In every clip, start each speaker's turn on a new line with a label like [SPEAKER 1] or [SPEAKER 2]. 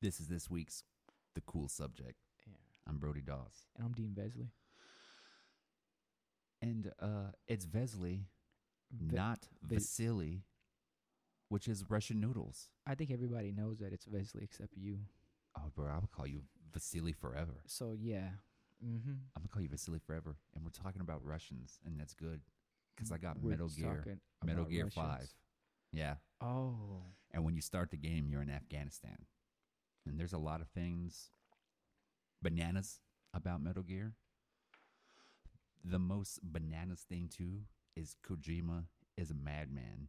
[SPEAKER 1] This is this week's The Cool Subject.
[SPEAKER 2] Yeah.
[SPEAKER 1] I'm Brody Dawes.
[SPEAKER 2] And I'm Dean Vesley.
[SPEAKER 1] And uh, it's Vesely,
[SPEAKER 2] Ve-
[SPEAKER 1] not
[SPEAKER 2] Ve-
[SPEAKER 1] Vasily, which is Russian noodles.
[SPEAKER 2] I think everybody knows that it's Vesley except you.
[SPEAKER 1] Oh, bro, I would call you Vasily forever.
[SPEAKER 2] So yeah. Mm-hmm.
[SPEAKER 1] I'm going to call you Vasily forever. And we're talking about Russians, and that's good because I got
[SPEAKER 2] We're
[SPEAKER 1] Metal Gear.
[SPEAKER 2] talking
[SPEAKER 1] Metal
[SPEAKER 2] about
[SPEAKER 1] Gear
[SPEAKER 2] Russians.
[SPEAKER 1] 5. Yeah.
[SPEAKER 2] Oh.
[SPEAKER 1] And when you start the game, you're in Afghanistan. And there's a lot of things bananas about Metal Gear. The most bananas thing, too, is Kojima is a madman.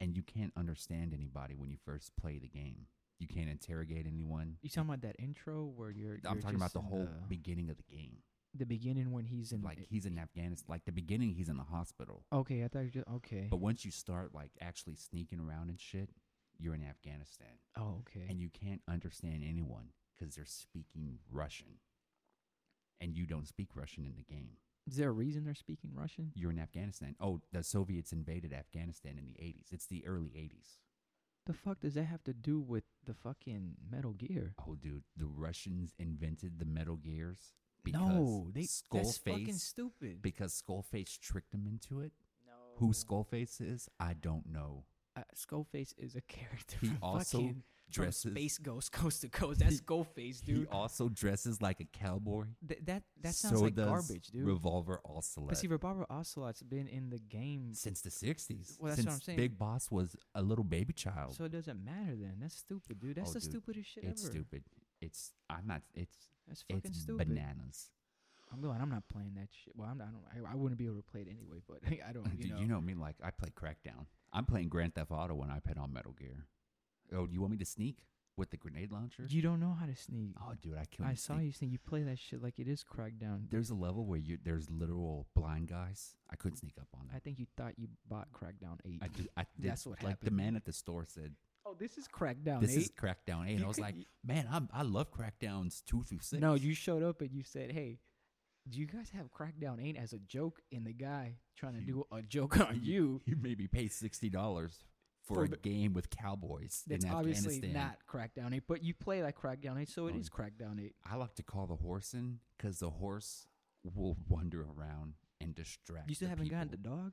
[SPEAKER 1] And you can't understand anybody when you first play the game. You can't interrogate anyone.
[SPEAKER 2] You talking about that intro where you're?
[SPEAKER 1] I'm
[SPEAKER 2] you're
[SPEAKER 1] talking about
[SPEAKER 2] just
[SPEAKER 1] the
[SPEAKER 2] in
[SPEAKER 1] whole
[SPEAKER 2] the,
[SPEAKER 1] beginning of the game.
[SPEAKER 2] the e beginning when he's in
[SPEAKER 1] Like, he's in Afghanistan. Like, the beginning, he's in the hospital.
[SPEAKER 2] Okay, I thought you just okay.
[SPEAKER 1] But once you start, like, actually sneaking around and shit, you're in Afghanistan.
[SPEAKER 2] oh, okay.
[SPEAKER 1] and you can't understand anyone because they're speaking Russian, and you don't speak Russian in the game.
[SPEAKER 2] Is there a reason they're speaking Russian?
[SPEAKER 1] You're in Afghanistan. Oh, the Soviets invaded Afghanistan in the '80s. It's the early '80s.
[SPEAKER 2] The fuck does that have to do with the fucking Metal Gear?
[SPEAKER 1] Oh, dude, the Russians invented the Metal Gears
[SPEAKER 2] No, they that's fucking
[SPEAKER 1] Skullface-
[SPEAKER 2] stupid.
[SPEAKER 1] because Skullface tricked them into it.
[SPEAKER 2] no,
[SPEAKER 1] Who Skullface is, I don't know.
[SPEAKER 2] uh, Skullface is a character.
[SPEAKER 1] He
[SPEAKER 2] from
[SPEAKER 1] also
[SPEAKER 2] fucking,
[SPEAKER 1] dresses-
[SPEAKER 2] from Space Ghost Coast to Coast. That's Skullface,
[SPEAKER 1] He
[SPEAKER 2] dude.
[SPEAKER 1] also dresses like a cowboy.
[SPEAKER 2] Th- that that sounds
[SPEAKER 1] so
[SPEAKER 2] like
[SPEAKER 1] does
[SPEAKER 2] garbage, dude.
[SPEAKER 1] Revolver also.
[SPEAKER 2] but see, Barbara Ocelot's been in the game,
[SPEAKER 1] since the 60s.
[SPEAKER 2] Well, that's
[SPEAKER 1] since
[SPEAKER 2] what I'm saying.
[SPEAKER 1] Big Boss was a little baby child.
[SPEAKER 2] so it doesn't matter. Then that's stupid, dude. That's
[SPEAKER 1] Oh,
[SPEAKER 2] the
[SPEAKER 1] dude,
[SPEAKER 2] stupidest shit
[SPEAKER 1] it's
[SPEAKER 2] ever.
[SPEAKER 1] stupid. It's I'm not. It's
[SPEAKER 2] That's fucking
[SPEAKER 1] it's
[SPEAKER 2] stupid.
[SPEAKER 1] bananas. I'm
[SPEAKER 2] I'm glad I'm not playing that shit. Well, I'm not, I don't. I, I wouldn't be able to play it anyway. But I don't. Oh, You
[SPEAKER 1] Oh, Dude,
[SPEAKER 2] know.
[SPEAKER 1] you know me. Like I play Crackdown. I'm playing Grand Theft Auto when I put on Metal Gear. Oh, you want me to sneak with the grenade launcher?
[SPEAKER 2] You don't know how to sneak.
[SPEAKER 1] oh, dude, I killed.
[SPEAKER 2] I saw you sneak. You play that shit like it is Crackdown.
[SPEAKER 1] There's a level where you there's literal blind guys. I couldn't sneak up on them.
[SPEAKER 2] I think you thought you bought Crackdown Eight.
[SPEAKER 1] I, ju- I did,
[SPEAKER 2] That's what
[SPEAKER 1] like the
[SPEAKER 2] happened.
[SPEAKER 1] man at the store said,
[SPEAKER 2] oh, this is Crackdown
[SPEAKER 1] "This
[SPEAKER 2] Eight.
[SPEAKER 1] is Crackdown 8. and I
[SPEAKER 2] You
[SPEAKER 1] was
[SPEAKER 2] could-
[SPEAKER 1] like, "Man, I'm, I love Crackdowns two through six.
[SPEAKER 2] No, you showed up and you said, "Hey, do you guys have Crackdown 8 as a joke?" And the guy trying to do a joke on you
[SPEAKER 1] you maybe pay sixty dollars for,
[SPEAKER 2] For
[SPEAKER 1] a
[SPEAKER 2] the-
[SPEAKER 1] game with cowboys.
[SPEAKER 2] that's
[SPEAKER 1] in
[SPEAKER 2] obviously
[SPEAKER 1] Afghanistan.
[SPEAKER 2] not Crackdown 8, but you play like Crackdown 8,
[SPEAKER 1] Oh.
[SPEAKER 2] so it is Crackdown 8.
[SPEAKER 1] I like to call the horse in because the horse will wander around and distract.
[SPEAKER 2] You still
[SPEAKER 1] the
[SPEAKER 2] haven't gotten the
[SPEAKER 1] people.
[SPEAKER 2] dog?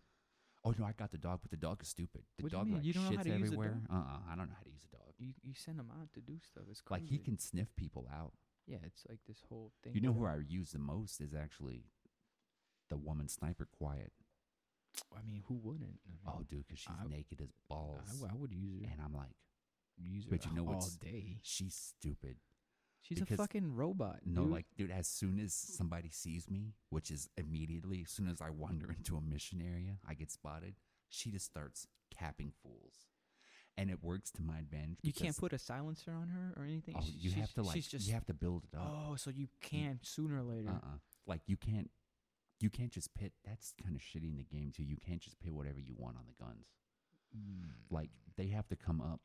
[SPEAKER 1] Oh no, I got the dog, but the dog is stupid. The
[SPEAKER 2] What do you
[SPEAKER 1] dog
[SPEAKER 2] mean?
[SPEAKER 1] like
[SPEAKER 2] You don't know
[SPEAKER 1] shits
[SPEAKER 2] how to use a dog?
[SPEAKER 1] everywhere. uh, uh I don't know how to use a dog.
[SPEAKER 2] You you send him out to do stuff. It's crazy.
[SPEAKER 1] Like he can sniff people out.
[SPEAKER 2] Yeah, it's like this whole thing.
[SPEAKER 1] You know who
[SPEAKER 2] where-
[SPEAKER 1] I use the most is actually the woman sniper. Quiet.
[SPEAKER 2] I mean, who wouldn't? I mean,
[SPEAKER 1] Oh, dude, because she's
[SPEAKER 2] I-
[SPEAKER 1] naked as
[SPEAKER 2] I,
[SPEAKER 1] balls,
[SPEAKER 2] w- I would use her.
[SPEAKER 1] and I'm like,
[SPEAKER 2] Use her
[SPEAKER 1] but you know
[SPEAKER 2] all
[SPEAKER 1] what's
[SPEAKER 2] day.
[SPEAKER 1] She's stupid.
[SPEAKER 2] She's a
[SPEAKER 1] because-
[SPEAKER 2] fucking robot.
[SPEAKER 1] No,
[SPEAKER 2] dude.
[SPEAKER 1] like, dude, as soon as somebody sees me, which is immediately, as soon as I wander into a mission area, I get spotted. She just starts capping fools. And it works to my advantage.
[SPEAKER 2] you can't
[SPEAKER 1] because-
[SPEAKER 2] put a silencer on her or anything.
[SPEAKER 1] Oh,
[SPEAKER 2] She-
[SPEAKER 1] you
[SPEAKER 2] she's-
[SPEAKER 1] have to, like,
[SPEAKER 2] She's just
[SPEAKER 1] you have to build it up.
[SPEAKER 2] Oh, so you can sooner or later.
[SPEAKER 1] Uh uh Like, you can't, you can't just pit. That's kind of shitty in the game, too. You can't just pit whatever you want on the guns.
[SPEAKER 2] Mm.
[SPEAKER 1] Like, they have to come up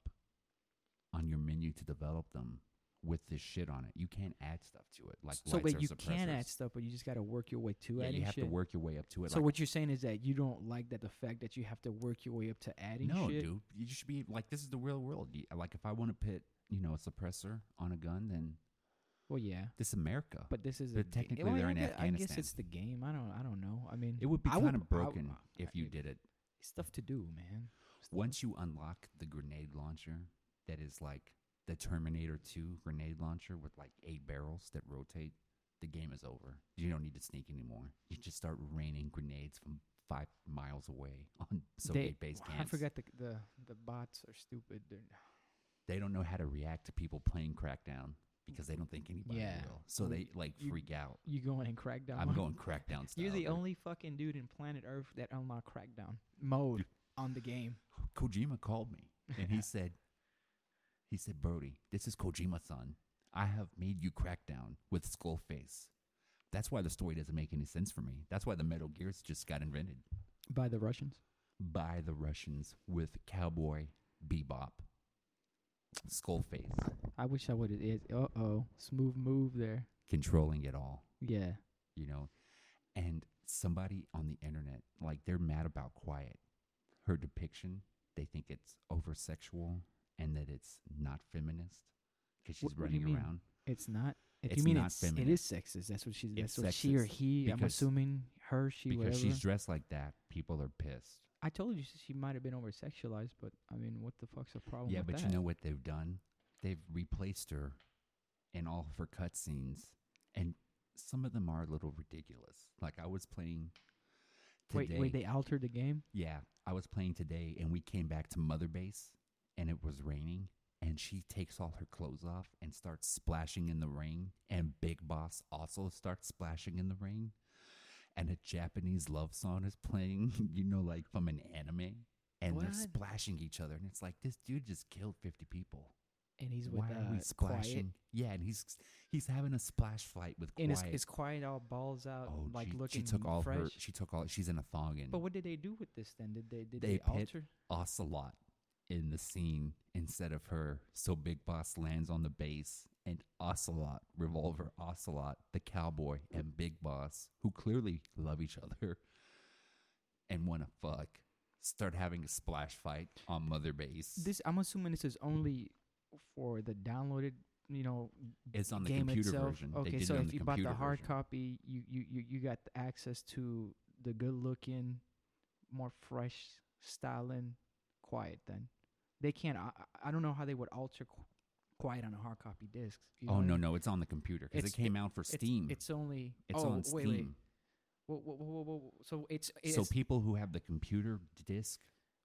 [SPEAKER 1] on your menu to develop them with this shit on it. You can't add stuff to it. Like,
[SPEAKER 2] so
[SPEAKER 1] lights
[SPEAKER 2] wait,
[SPEAKER 1] or
[SPEAKER 2] you can
[SPEAKER 1] suppressors.
[SPEAKER 2] add stuff, but you just got to work your way to
[SPEAKER 1] Yeah,
[SPEAKER 2] adding
[SPEAKER 1] you have
[SPEAKER 2] shit.
[SPEAKER 1] to work your way up to it.
[SPEAKER 2] so
[SPEAKER 1] like,
[SPEAKER 2] what you're saying is that you don't like that the fact that you have to work your way up to adding
[SPEAKER 1] no,
[SPEAKER 2] shit.
[SPEAKER 1] dude, you should be like, this is the real world. You- Like, if I want to pit, you know, a suppressor on a gun, then
[SPEAKER 2] Well, yeah,
[SPEAKER 1] this is America.
[SPEAKER 2] but this is
[SPEAKER 1] But
[SPEAKER 2] a, ga-
[SPEAKER 1] technically
[SPEAKER 2] well,
[SPEAKER 1] they're
[SPEAKER 2] I
[SPEAKER 1] in
[SPEAKER 2] guess, I
[SPEAKER 1] Afghanistan.
[SPEAKER 2] guess it's the game. I don't. I don't know. I mean,
[SPEAKER 1] it would be
[SPEAKER 2] I
[SPEAKER 1] kind
[SPEAKER 2] I
[SPEAKER 1] of broken
[SPEAKER 2] I-
[SPEAKER 1] if you did it.
[SPEAKER 2] Stuff to do, man.
[SPEAKER 1] Once you unlock the grenade launcher, that is like the Terminator 2 grenade launcher with like eight barrels that rotate, the game is over. You don't need to sneak anymore. You just start raining grenades from five miles away on Soviet base camps.
[SPEAKER 2] I forgot the, the the bots are stupid. They're,
[SPEAKER 1] they don't know how to react to people playing Crackdown because they don't think anybody
[SPEAKER 2] Yeah.
[SPEAKER 1] will. So they like
[SPEAKER 2] You-
[SPEAKER 1] freak out.
[SPEAKER 2] you going in crackdown?
[SPEAKER 1] I'm
[SPEAKER 2] mode?
[SPEAKER 1] going Crackdown style.
[SPEAKER 2] You're the
[SPEAKER 1] dude.
[SPEAKER 2] only fucking dude in planet Earth that unlocked crackdown mode on the game.
[SPEAKER 1] Kojima called me and he said, he said, Brody, this is Kojima-san. I have made you Crackdown with Skullface. That's why the story doesn't make any sense for me. That's why the Metal Gears just got invented
[SPEAKER 2] By the Russians.
[SPEAKER 1] by the Russians with Cowboy Bebop, Skullface
[SPEAKER 2] I wish I would have. Is uh oh, smooth move there.
[SPEAKER 1] controlling it all.
[SPEAKER 2] Yeah.
[SPEAKER 1] you know and somebody on the internet like they're mad about quiet her depiction they think it's over sexual and that it's not feminist because
[SPEAKER 2] What-
[SPEAKER 1] she's
[SPEAKER 2] what do you
[SPEAKER 1] running
[SPEAKER 2] mean?
[SPEAKER 1] around.
[SPEAKER 2] It's not. If
[SPEAKER 1] It's
[SPEAKER 2] you mean
[SPEAKER 1] not
[SPEAKER 2] it's, it is sexist, that's what she's.
[SPEAKER 1] It's
[SPEAKER 2] That's what she or
[SPEAKER 1] sexist
[SPEAKER 2] he. I'm
[SPEAKER 1] because-
[SPEAKER 2] assuming her, she,
[SPEAKER 1] because
[SPEAKER 2] whatever.
[SPEAKER 1] she's dressed like that, people are pissed.
[SPEAKER 2] I told you she might have been over sexualized, but I mean, what the fuck's the problem?
[SPEAKER 1] yeah,
[SPEAKER 2] with
[SPEAKER 1] but
[SPEAKER 2] that?
[SPEAKER 1] you know what they've done? They've replaced her in all of her cutscenes, and some of them are a little ridiculous. Like I was playing
[SPEAKER 2] wait,
[SPEAKER 1] today.
[SPEAKER 2] wait, they altered the game.
[SPEAKER 1] yeah, I was playing today, and we came back to Mother Base, and it was raining. And she takes all her clothes off and starts splashing in the rain. And Big Boss also starts splashing in the rain. And a Japanese love song is playing, you know, like from an anime. And they're
[SPEAKER 2] What?
[SPEAKER 1] splashing each other. And it's like, this dude just killed 50 people.
[SPEAKER 2] And he's with uh, Quiet.
[SPEAKER 1] Yeah, and he's he's having a splash fight with
[SPEAKER 2] And
[SPEAKER 1] Quiet.
[SPEAKER 2] it's, it's quiet all balls out,
[SPEAKER 1] oh,
[SPEAKER 2] like
[SPEAKER 1] she,
[SPEAKER 2] looking
[SPEAKER 1] she took all
[SPEAKER 2] fresh.
[SPEAKER 1] her. She took all. She's in a thong and
[SPEAKER 2] but what did they do with this then? Did they did
[SPEAKER 1] They
[SPEAKER 2] they,
[SPEAKER 1] pit-
[SPEAKER 2] alter?
[SPEAKER 1] ocelot in the scene instead of her. So Big Boss lands on the base, and Ocelot, Revolver, Ocelot, the cowboy, and Big Boss, who clearly love each other and want to fuck, start having a splash fight on Mother Base.
[SPEAKER 2] This I'm assuming this is only for the downloaded, you know,
[SPEAKER 1] it's on the
[SPEAKER 2] game
[SPEAKER 1] computer
[SPEAKER 2] itself.
[SPEAKER 1] version. They
[SPEAKER 2] Okay,
[SPEAKER 1] did
[SPEAKER 2] so
[SPEAKER 1] it on
[SPEAKER 2] if you bought the
[SPEAKER 1] computer
[SPEAKER 2] hard
[SPEAKER 1] version.
[SPEAKER 2] copy, you you you you got the access to the good looking, more fresh styling, quiet. Then they can't. I, I- I don't know how they would alter Qu- quiet on a hard copy disc. you know
[SPEAKER 1] Oh
[SPEAKER 2] what I
[SPEAKER 1] no
[SPEAKER 2] mean?
[SPEAKER 1] no! It's on the computer because
[SPEAKER 2] It's-
[SPEAKER 1] it came out for
[SPEAKER 2] It's-
[SPEAKER 1] Steam.
[SPEAKER 2] It's, only.
[SPEAKER 1] It's
[SPEAKER 2] oh,
[SPEAKER 1] on
[SPEAKER 2] wait,
[SPEAKER 1] Steam.
[SPEAKER 2] Wait, Whoa, whoa, whoa, whoa, whoa. So it's, it's
[SPEAKER 1] So people who have the computer disc,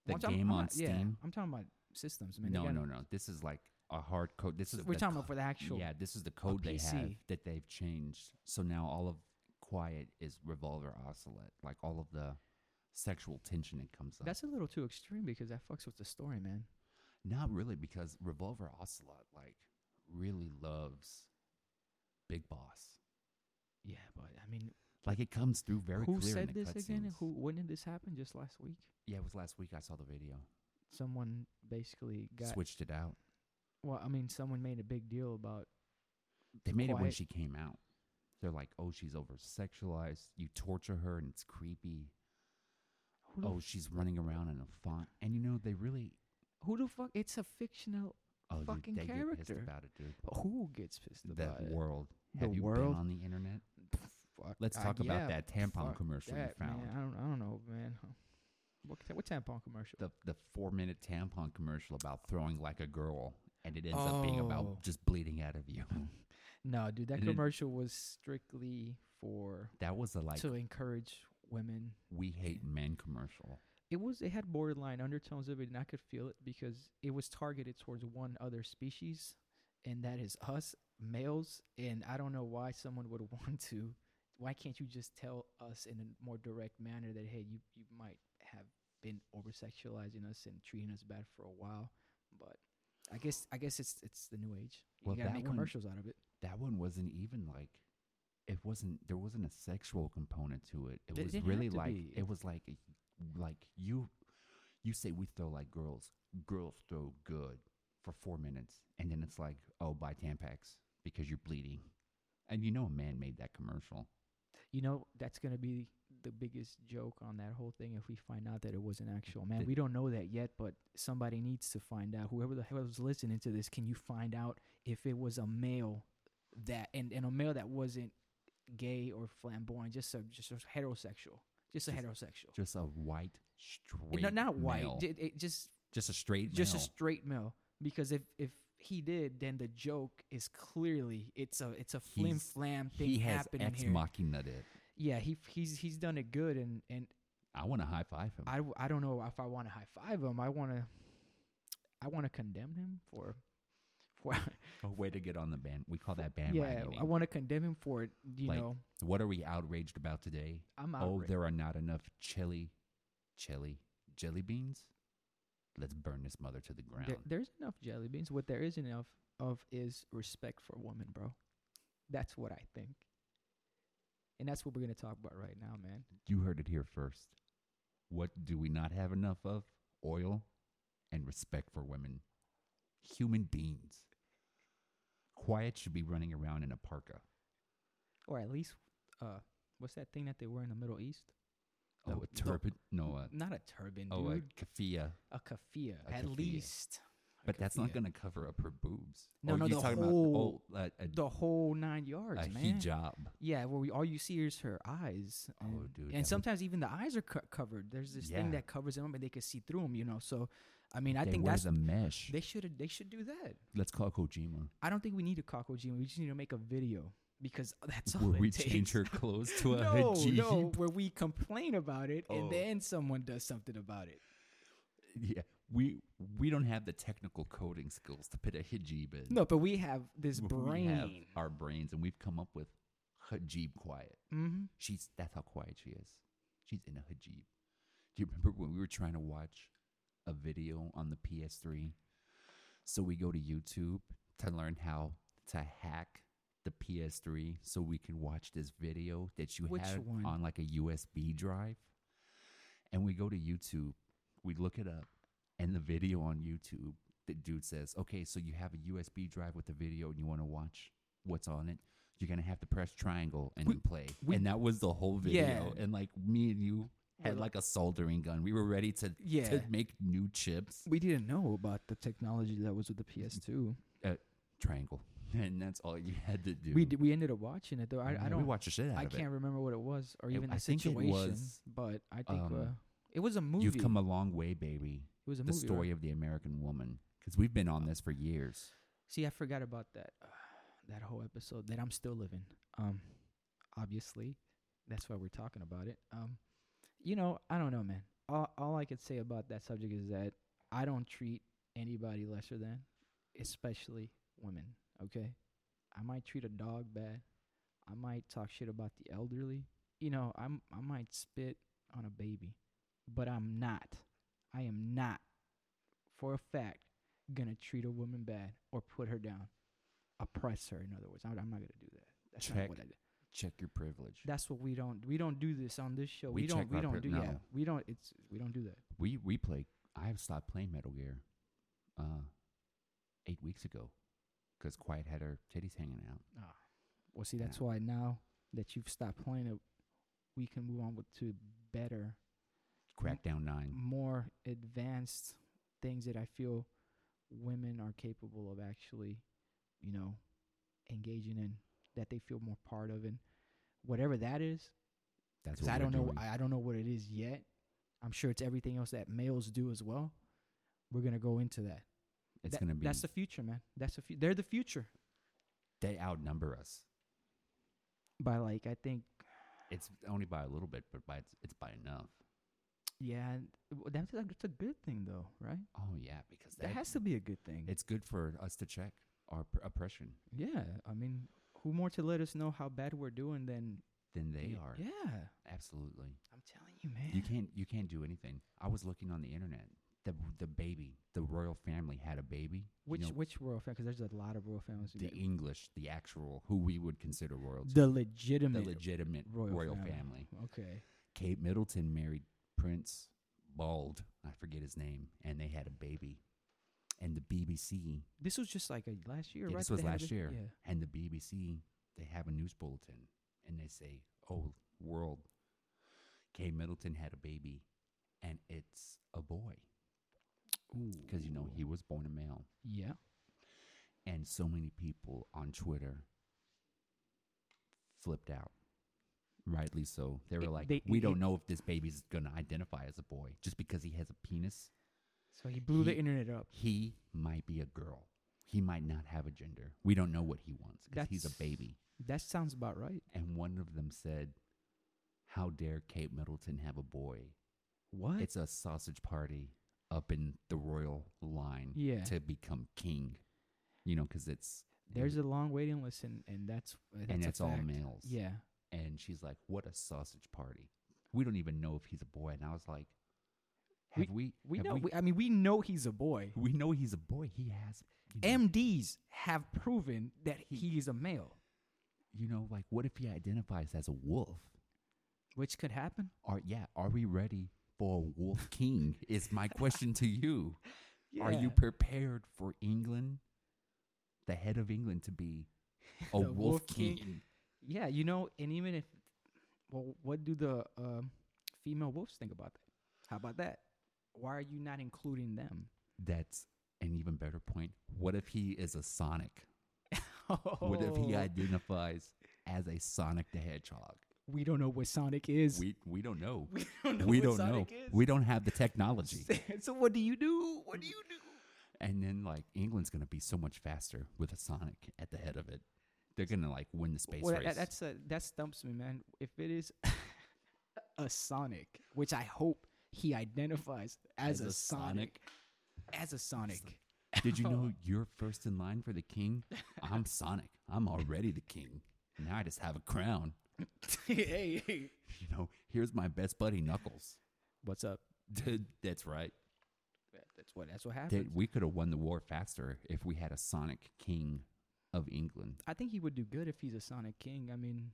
[SPEAKER 1] the
[SPEAKER 2] I'm talking-
[SPEAKER 1] game
[SPEAKER 2] I'm
[SPEAKER 1] on
[SPEAKER 2] not- yeah,
[SPEAKER 1] Steam.
[SPEAKER 2] I'm talking about systems, man. They
[SPEAKER 1] No,
[SPEAKER 2] got-
[SPEAKER 1] no, no. This is like a hard code. This is
[SPEAKER 2] We're
[SPEAKER 1] the
[SPEAKER 2] talking
[SPEAKER 1] co-
[SPEAKER 2] about for the actual.
[SPEAKER 1] yeah. This is the code they have
[SPEAKER 2] PC.
[SPEAKER 1] that they've changed. So now all of Quiet is Revolver Oscillate. Like all of the sexual tension that comes up.
[SPEAKER 2] That's a little too extreme because that fucks with the story, man.
[SPEAKER 1] Not really because Revolver Ocelot like really loves Big Boss.
[SPEAKER 2] Yeah, but I mean,
[SPEAKER 1] Like it comes through very
[SPEAKER 2] who
[SPEAKER 1] clear.
[SPEAKER 2] said
[SPEAKER 1] in the
[SPEAKER 2] this again?
[SPEAKER 1] cutscenes.
[SPEAKER 2] Who? When did this happen? Just last week.
[SPEAKER 1] Yeah, it was last week. I saw the video.
[SPEAKER 2] Someone basically got.
[SPEAKER 1] Switched it out.
[SPEAKER 2] Well, I mean, someone made a big deal about.
[SPEAKER 1] They made it when
[SPEAKER 2] Quiet.
[SPEAKER 1] she came out. They're like, oh, she's over sexualized. You torture her and it's creepy.
[SPEAKER 2] Who the,
[SPEAKER 1] Oh, she's running around in a font. And you know, they really.
[SPEAKER 2] who the fuck? It's a fictional.
[SPEAKER 1] Oh,
[SPEAKER 2] Fucking
[SPEAKER 1] dude, they get pissed
[SPEAKER 2] character.
[SPEAKER 1] about it, dude.
[SPEAKER 2] Who gets pissed
[SPEAKER 1] The
[SPEAKER 2] about it?
[SPEAKER 1] world.
[SPEAKER 2] The
[SPEAKER 1] Have you
[SPEAKER 2] world?
[SPEAKER 1] been on the internet?
[SPEAKER 2] Fuck,
[SPEAKER 1] Let's
[SPEAKER 2] uh,
[SPEAKER 1] talk about
[SPEAKER 2] yeah,
[SPEAKER 1] that tampon
[SPEAKER 2] fuck
[SPEAKER 1] commercial
[SPEAKER 2] that,
[SPEAKER 1] you found.
[SPEAKER 2] Man, I don't. I don't know, man. What, what tampon commercial?
[SPEAKER 1] The, the four minute tampon commercial about throwing like a girl. And it ends up being
[SPEAKER 2] Oh.
[SPEAKER 1] about just bleeding out of you.
[SPEAKER 2] No, dude, that
[SPEAKER 1] And it-
[SPEAKER 2] commercial was strictly for
[SPEAKER 1] that was a like,
[SPEAKER 2] to encourage women.
[SPEAKER 1] we hate men commercial.
[SPEAKER 2] It was it had borderline undertones of it, and I could feel it because it was targeted towards one other species, and that is us males. And I don't know why someone would want to. Why can't you just tell us in a more direct manner that hey, you you might have been over sexualizing us and treating us bad for a while, but. I guess I guess it's it's the new age.
[SPEAKER 1] Well,
[SPEAKER 2] you gotta
[SPEAKER 1] that
[SPEAKER 2] make
[SPEAKER 1] one-
[SPEAKER 2] commercials out of it.
[SPEAKER 1] that one wasn't even like it wasn't there wasn't a sexual component to it it
[SPEAKER 2] There
[SPEAKER 1] was
[SPEAKER 2] didn't have
[SPEAKER 1] really
[SPEAKER 2] to
[SPEAKER 1] like
[SPEAKER 2] be.
[SPEAKER 1] it was like a- like you you say we throw like girls girls throw good for four minutes and then it's like oh buy tampax because you're bleeding and you know a man made that commercial
[SPEAKER 2] You know, that's going to be the biggest joke on that whole thing if we find out that it was an actual man.
[SPEAKER 1] Did-
[SPEAKER 2] We don't know that yet, but somebody needs to find out. Whoever the hell is listening to this, can you find out if it was a male that and, and a male that wasn't gay or flamboyant, just a just a heterosexual, just a
[SPEAKER 1] Just-
[SPEAKER 2] heterosexual,
[SPEAKER 1] just a white straight
[SPEAKER 2] no, not white,
[SPEAKER 1] male.
[SPEAKER 2] Ju- it just
[SPEAKER 1] just a straight
[SPEAKER 2] just a
[SPEAKER 1] male.
[SPEAKER 2] straight male. Because if if he did, then the joke is clearly it's a it's a flim
[SPEAKER 1] He's-
[SPEAKER 2] flam thing
[SPEAKER 1] he has
[SPEAKER 2] happening
[SPEAKER 1] ex
[SPEAKER 2] here.
[SPEAKER 1] machina it
[SPEAKER 2] Yeah, he he's he's done it good, and and
[SPEAKER 1] i want to high five him
[SPEAKER 2] I, w- I don't know if I want to high five him. I want to I want to condemn him for for
[SPEAKER 1] a way to get on the band we call that band
[SPEAKER 2] yeah. I want to condemn him for it. You
[SPEAKER 1] Like,
[SPEAKER 2] know,
[SPEAKER 1] what are we outraged about today
[SPEAKER 2] I'm out.
[SPEAKER 1] Oh, there are not enough chili, chili, jelly beans. Let's burn this mother to the ground.
[SPEAKER 2] there's enough jelly beans. What there is enough of is respect for women, bro. That's what I think, and that's what we're gonna talk about right now, man.
[SPEAKER 1] you heard it here first. What do we not have enough of? Oil and respect for women. Human beings. Quiet should be running around in a parka.
[SPEAKER 2] Or at least, uh, what's that thing that they wear in the Middle East?
[SPEAKER 1] Oh,
[SPEAKER 2] The-
[SPEAKER 1] a
[SPEAKER 2] the-
[SPEAKER 1] turban? No, a,
[SPEAKER 2] Not a turban,
[SPEAKER 1] oh, a
[SPEAKER 2] dude.
[SPEAKER 1] kafia.
[SPEAKER 2] A kafia,
[SPEAKER 1] A
[SPEAKER 2] at
[SPEAKER 1] keffiyeh.
[SPEAKER 2] least.
[SPEAKER 1] A But that's not
[SPEAKER 2] yeah.
[SPEAKER 1] going to cover up her boobs.
[SPEAKER 2] No,
[SPEAKER 1] oh,
[SPEAKER 2] no,
[SPEAKER 1] you're
[SPEAKER 2] the
[SPEAKER 1] talking
[SPEAKER 2] whole-
[SPEAKER 1] about oh, a, a,
[SPEAKER 2] the whole nine yards,
[SPEAKER 1] a
[SPEAKER 2] man.
[SPEAKER 1] hijab.
[SPEAKER 2] Yeah, where we, all you see is her eyes.
[SPEAKER 1] Oh,
[SPEAKER 2] and-
[SPEAKER 1] dude, that would-
[SPEAKER 2] And sometimes even the eyes are co- covered. There's this
[SPEAKER 1] Yeah.
[SPEAKER 2] thing that covers them up, and they can see through them. You know, so I mean, I
[SPEAKER 1] They
[SPEAKER 2] think
[SPEAKER 1] wear
[SPEAKER 2] that's
[SPEAKER 1] the mesh.
[SPEAKER 2] they should they should do that.
[SPEAKER 1] Let's call Kojima.
[SPEAKER 2] I don't think we need a Kakojima. We just need to make a video because that's all
[SPEAKER 1] Where
[SPEAKER 2] it
[SPEAKER 1] we
[SPEAKER 2] takes.
[SPEAKER 1] change her clothes to a
[SPEAKER 2] no,
[SPEAKER 1] hijab.
[SPEAKER 2] no, where we complain about it
[SPEAKER 1] Oh.
[SPEAKER 2] and then someone does something about it.
[SPEAKER 1] Yeah, we we don't have the technical coding skills to put a hijab in.
[SPEAKER 2] No, but we have this
[SPEAKER 1] We have
[SPEAKER 2] brain.
[SPEAKER 1] our brains, and we've come up with hijab quiet.
[SPEAKER 2] Mm-hmm.
[SPEAKER 1] She's that's how quiet she is. She's in a hijab. Do you remember when we were trying to watch a video on the PS3? So we go to YouTube to learn how to hack the PS3 so we can watch this video that you
[SPEAKER 2] Which
[SPEAKER 1] had
[SPEAKER 2] one?
[SPEAKER 1] on like a USB drive. And we go to YouTube, we look it up, and the video on YouTube, the dude says, Okay, so you have a USB drive with the video and you want to watch what's on it. You're gonna have to press triangle and
[SPEAKER 2] We-
[SPEAKER 1] then play.
[SPEAKER 2] we-
[SPEAKER 1] and that was the whole video.
[SPEAKER 2] Yeah.
[SPEAKER 1] And like me and you
[SPEAKER 2] We're
[SPEAKER 1] had like
[SPEAKER 2] like-
[SPEAKER 1] a soldering gun. We were ready to
[SPEAKER 2] Yeah.
[SPEAKER 1] to make new chips.
[SPEAKER 2] We didn't know about the technology that was with the PS2.
[SPEAKER 1] Triangle, and that's all you had to do.
[SPEAKER 2] We d- we ended up watching it though. I,
[SPEAKER 1] Yeah, Mm-hmm.
[SPEAKER 2] I
[SPEAKER 1] We
[SPEAKER 2] don't.
[SPEAKER 1] watched the shit out
[SPEAKER 2] I
[SPEAKER 1] of it.
[SPEAKER 2] can't remember what it was or
[SPEAKER 1] It-
[SPEAKER 2] even the
[SPEAKER 1] I think it
[SPEAKER 2] situation.
[SPEAKER 1] was,
[SPEAKER 2] but I think
[SPEAKER 1] um,
[SPEAKER 2] uh, it was a movie.
[SPEAKER 1] You've come a long way, baby.
[SPEAKER 2] it was a
[SPEAKER 1] The
[SPEAKER 2] movie.
[SPEAKER 1] story
[SPEAKER 2] right?
[SPEAKER 1] of the American woman, because we've been on this for years.
[SPEAKER 2] See, I forgot about that. uh, that whole episode that I'm still living. Um, obviously, that's why we're talking about it. Um, you know, I don't know, man. All all I could say about that subject is that I don't treat anybody lesser than, especially women. Okay, I might treat a dog bad. I might talk shit about the elderly. You know, I'm I might spit on a baby, but I'm not. I am not, for a fact, gonna treat a woman bad or put her down, oppress her. In other words, I'm, I'm not gonna do that. That's not
[SPEAKER 1] Check.
[SPEAKER 2] what I do.
[SPEAKER 1] Check your privilege.
[SPEAKER 2] That's what we don't. We don't do this on this show.
[SPEAKER 1] We
[SPEAKER 2] We, don't.
[SPEAKER 1] check
[SPEAKER 2] We
[SPEAKER 1] our
[SPEAKER 2] don't
[SPEAKER 1] pri-
[SPEAKER 2] do. Yeah,
[SPEAKER 1] no.
[SPEAKER 2] we don't. It's we don't do that.
[SPEAKER 1] we we play. I've stopped playing Metal Gear, uh, eight weeks ago, because Quiet had her titties hanging out.
[SPEAKER 2] Well, see, that's
[SPEAKER 1] Yeah.
[SPEAKER 2] why now that you've stopped playing it, we can move on with to better,
[SPEAKER 1] Crackdown Nine.
[SPEAKER 2] more advanced things that I feel women are capable of actually, you know, engaging in that they feel more part of, and whatever that is,
[SPEAKER 1] That's
[SPEAKER 2] because
[SPEAKER 1] what
[SPEAKER 2] I
[SPEAKER 1] we're
[SPEAKER 2] don't know.
[SPEAKER 1] doing.
[SPEAKER 2] I I don't know what it is yet. I'm sure it's everything else that males do as well. We're gonna go into that.
[SPEAKER 1] it's
[SPEAKER 2] That-
[SPEAKER 1] gonna be
[SPEAKER 2] That's the future, man. That's the fu- they're the future
[SPEAKER 1] they outnumber us.
[SPEAKER 2] by like I think
[SPEAKER 1] It's only by a little bit, but by it's, it's by enough.
[SPEAKER 2] yeah. and w- That's a, that's a good thing though, right?
[SPEAKER 1] Oh yeah, because
[SPEAKER 2] That has to be a good thing.
[SPEAKER 1] It's good for us to check our pr- oppression
[SPEAKER 2] yeah, I mean, who more to let us know how bad we're doing than
[SPEAKER 1] than they
[SPEAKER 2] y-
[SPEAKER 1] are.
[SPEAKER 2] Yeah,
[SPEAKER 1] Absolutely.
[SPEAKER 2] I'm telling you, man.
[SPEAKER 1] You can't you can't do anything. I was looking on the internet. The the baby, the royal family had a baby.
[SPEAKER 2] which
[SPEAKER 1] you know,
[SPEAKER 2] which royal family? Because there's a lot of royal families.
[SPEAKER 1] the
[SPEAKER 2] that-
[SPEAKER 1] English, the actual who we would consider royalty,
[SPEAKER 2] the
[SPEAKER 1] the
[SPEAKER 2] legitimate.
[SPEAKER 1] legitimate
[SPEAKER 2] royal
[SPEAKER 1] royal,
[SPEAKER 2] family.
[SPEAKER 1] family.
[SPEAKER 2] okay.
[SPEAKER 1] Kate Middleton married Prince Bald, I forget his name, and they had a baby. And the BBC
[SPEAKER 2] This was just like a last year,
[SPEAKER 1] Yeah,
[SPEAKER 2] right?
[SPEAKER 1] this
[SPEAKER 2] that
[SPEAKER 1] was
[SPEAKER 2] they had
[SPEAKER 1] last
[SPEAKER 2] this-
[SPEAKER 1] year.
[SPEAKER 2] Yeah.
[SPEAKER 1] And the BBC, they have a news bulletin and they say, Oh, world, Kay Middleton had a baby and it's a boy. Because, you know, he was born a male.
[SPEAKER 2] Yeah.
[SPEAKER 1] And so many people on Twitter flipped out. Rightly so. They were
[SPEAKER 2] It-
[SPEAKER 1] like,
[SPEAKER 2] they-
[SPEAKER 1] We
[SPEAKER 2] it-
[SPEAKER 1] don't know if this baby's going to identify as a boy just because he has a penis.
[SPEAKER 2] So he blew the
[SPEAKER 1] He-
[SPEAKER 2] internet up.
[SPEAKER 1] He might be a girl. He might not have a gender. We don't know what he wants because he's a
[SPEAKER 2] That's-
[SPEAKER 1] baby.
[SPEAKER 2] That sounds about right.
[SPEAKER 1] and one of them said, "How dare Kate Middleton have a boy?
[SPEAKER 2] What?
[SPEAKER 1] It's a sausage party up in the royal line
[SPEAKER 2] Yeah.
[SPEAKER 1] to become king, you know, because it's
[SPEAKER 2] There's a long waiting list, and, and that's that's
[SPEAKER 1] Mm. and
[SPEAKER 2] a
[SPEAKER 1] it's all
[SPEAKER 2] fact.
[SPEAKER 1] males.
[SPEAKER 2] Yeah.
[SPEAKER 1] and she's like, "What a sausage party! We don't even know if he's a boy." And I was like,
[SPEAKER 2] We-
[SPEAKER 1] "Have we?
[SPEAKER 2] We
[SPEAKER 1] have
[SPEAKER 2] know. We, I mean, we know he's a boy.
[SPEAKER 1] we know he's a boy. He has you know,
[SPEAKER 2] MDs have proven that
[SPEAKER 1] He-
[SPEAKER 2] he is a male,
[SPEAKER 1] you know, like what if he identifies as a wolf?
[SPEAKER 2] which could happen.
[SPEAKER 1] Are yeah, are we ready?" For a wolf king is my question to you. Are you prepared for England, the head of England, to be a
[SPEAKER 2] The
[SPEAKER 1] wolf,
[SPEAKER 2] Wolf
[SPEAKER 1] king?
[SPEAKER 2] King. yeah, you know, and even if, well, what do the um, female wolves think about that? How about that? Why are you not including them?
[SPEAKER 1] That's an even better point. What if he is a Sonic?
[SPEAKER 2] Oh,
[SPEAKER 1] What if he identifies as a Sonic the Hedgehog?
[SPEAKER 2] we don't know what Sonic is.
[SPEAKER 1] We we don't know.
[SPEAKER 2] We don't know
[SPEAKER 1] We
[SPEAKER 2] what
[SPEAKER 1] don't know.
[SPEAKER 2] Sonic
[SPEAKER 1] We don't have the technology.
[SPEAKER 2] is. so what do you do? What do you do?
[SPEAKER 1] And then like England's gonna be so much faster with a Sonic at the head of it. They're gonna like win the space
[SPEAKER 2] Well, that-
[SPEAKER 1] race.
[SPEAKER 2] uh, that's a, that stumps me, man. If it is a Sonic, which I hope he identifies as, a, Sonic, as a Sonic,
[SPEAKER 1] Did you know you're first in line for the king? I'm Sonic. I'm already the king. Now I just have a crown.
[SPEAKER 2] hey, hey,
[SPEAKER 1] You know, here's my best buddy Knuckles.
[SPEAKER 2] what's up?
[SPEAKER 1] Dude, that's right.
[SPEAKER 2] That- That's what that's what
[SPEAKER 1] That
[SPEAKER 2] happens.
[SPEAKER 1] we could have won the war faster if we had a Sonic King of England.
[SPEAKER 2] I think he would do good if he's a Sonic King. I mean,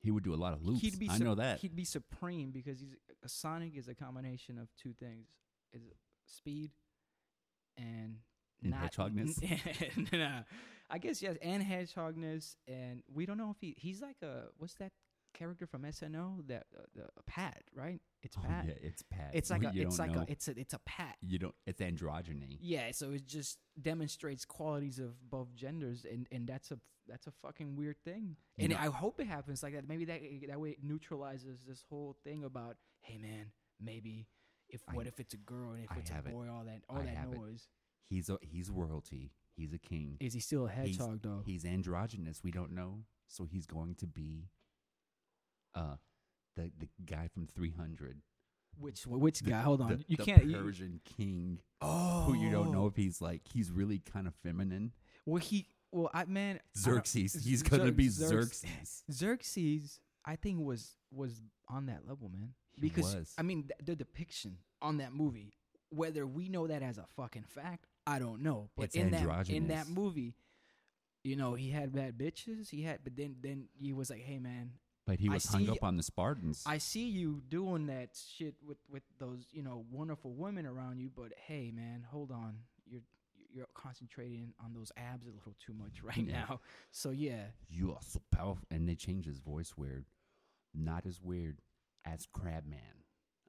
[SPEAKER 1] He would do a lot of loops.
[SPEAKER 2] he'd be
[SPEAKER 1] I
[SPEAKER 2] sup-
[SPEAKER 1] know that.
[SPEAKER 2] he'd be supreme because he's a Sonic is a combination of two things: is speed and
[SPEAKER 1] And
[SPEAKER 2] not-
[SPEAKER 1] hedgehogness?
[SPEAKER 2] n- nah. I guess yes, and hedgehogness, and we don't know if he he's like a what's that character from SNL that uh, the Pat right? It's
[SPEAKER 1] Oh,
[SPEAKER 2] Pat.
[SPEAKER 1] yeah, it's Pat.
[SPEAKER 2] It's like a
[SPEAKER 1] you
[SPEAKER 2] it's
[SPEAKER 1] don't
[SPEAKER 2] like
[SPEAKER 1] know.
[SPEAKER 2] a it's a it's a Pat.
[SPEAKER 1] you don't. It's androgyny.
[SPEAKER 2] Yeah, so it just demonstrates qualities of both genders, and, and that's a that's a fucking weird thing.
[SPEAKER 1] You
[SPEAKER 2] and
[SPEAKER 1] know-
[SPEAKER 2] I hope it happens like that. Maybe that that way it neutralizes this whole thing about hey man, maybe if
[SPEAKER 1] I-
[SPEAKER 2] what if it's a girl and if
[SPEAKER 1] I
[SPEAKER 2] it's a
[SPEAKER 1] have it.
[SPEAKER 2] boy, all that all
[SPEAKER 1] I
[SPEAKER 2] that
[SPEAKER 1] have it.
[SPEAKER 2] noise.
[SPEAKER 1] He's a he's royalty. He's a king.
[SPEAKER 2] Is he still a
[SPEAKER 1] He's-
[SPEAKER 2] hedgehog though?
[SPEAKER 1] He's androgynous. We don't know, so he's going to be, uh, the the guy from Three Hundred.
[SPEAKER 2] which which guy? Hold on,
[SPEAKER 1] the,
[SPEAKER 2] you
[SPEAKER 1] the
[SPEAKER 2] can't. You,
[SPEAKER 1] Persian king
[SPEAKER 2] oh,
[SPEAKER 1] who you don't know if he's like he's really kind of feminine.
[SPEAKER 2] Well, he well, I man, I don't-
[SPEAKER 1] Xerxes.
[SPEAKER 2] Z-
[SPEAKER 1] He's gonna be
[SPEAKER 2] Xerx-
[SPEAKER 1] Xerxes.
[SPEAKER 2] Xerxes, I think was was on that level, man.
[SPEAKER 1] He
[SPEAKER 2] Because
[SPEAKER 1] was.
[SPEAKER 2] I mean, th- the depiction on that movie, whether we know that as a fucking fact, I don't know. But
[SPEAKER 1] It's
[SPEAKER 2] in that in that
[SPEAKER 1] androgynous.
[SPEAKER 2] movie, you know, he had bad bitches. He had, but then then he was like, "Hey, man,
[SPEAKER 1] But he
[SPEAKER 2] I
[SPEAKER 1] was hung
[SPEAKER 2] see-
[SPEAKER 1] up on the Spartans.
[SPEAKER 2] I see you doing that shit with with those you know wonderful women around you, but hey, man, hold on, you're you're concentrating on those abs a little too much right
[SPEAKER 1] Yeah.
[SPEAKER 2] now. So yeah,
[SPEAKER 1] you are so powerful. And they changed his voice weird. Not as weird as Crabman,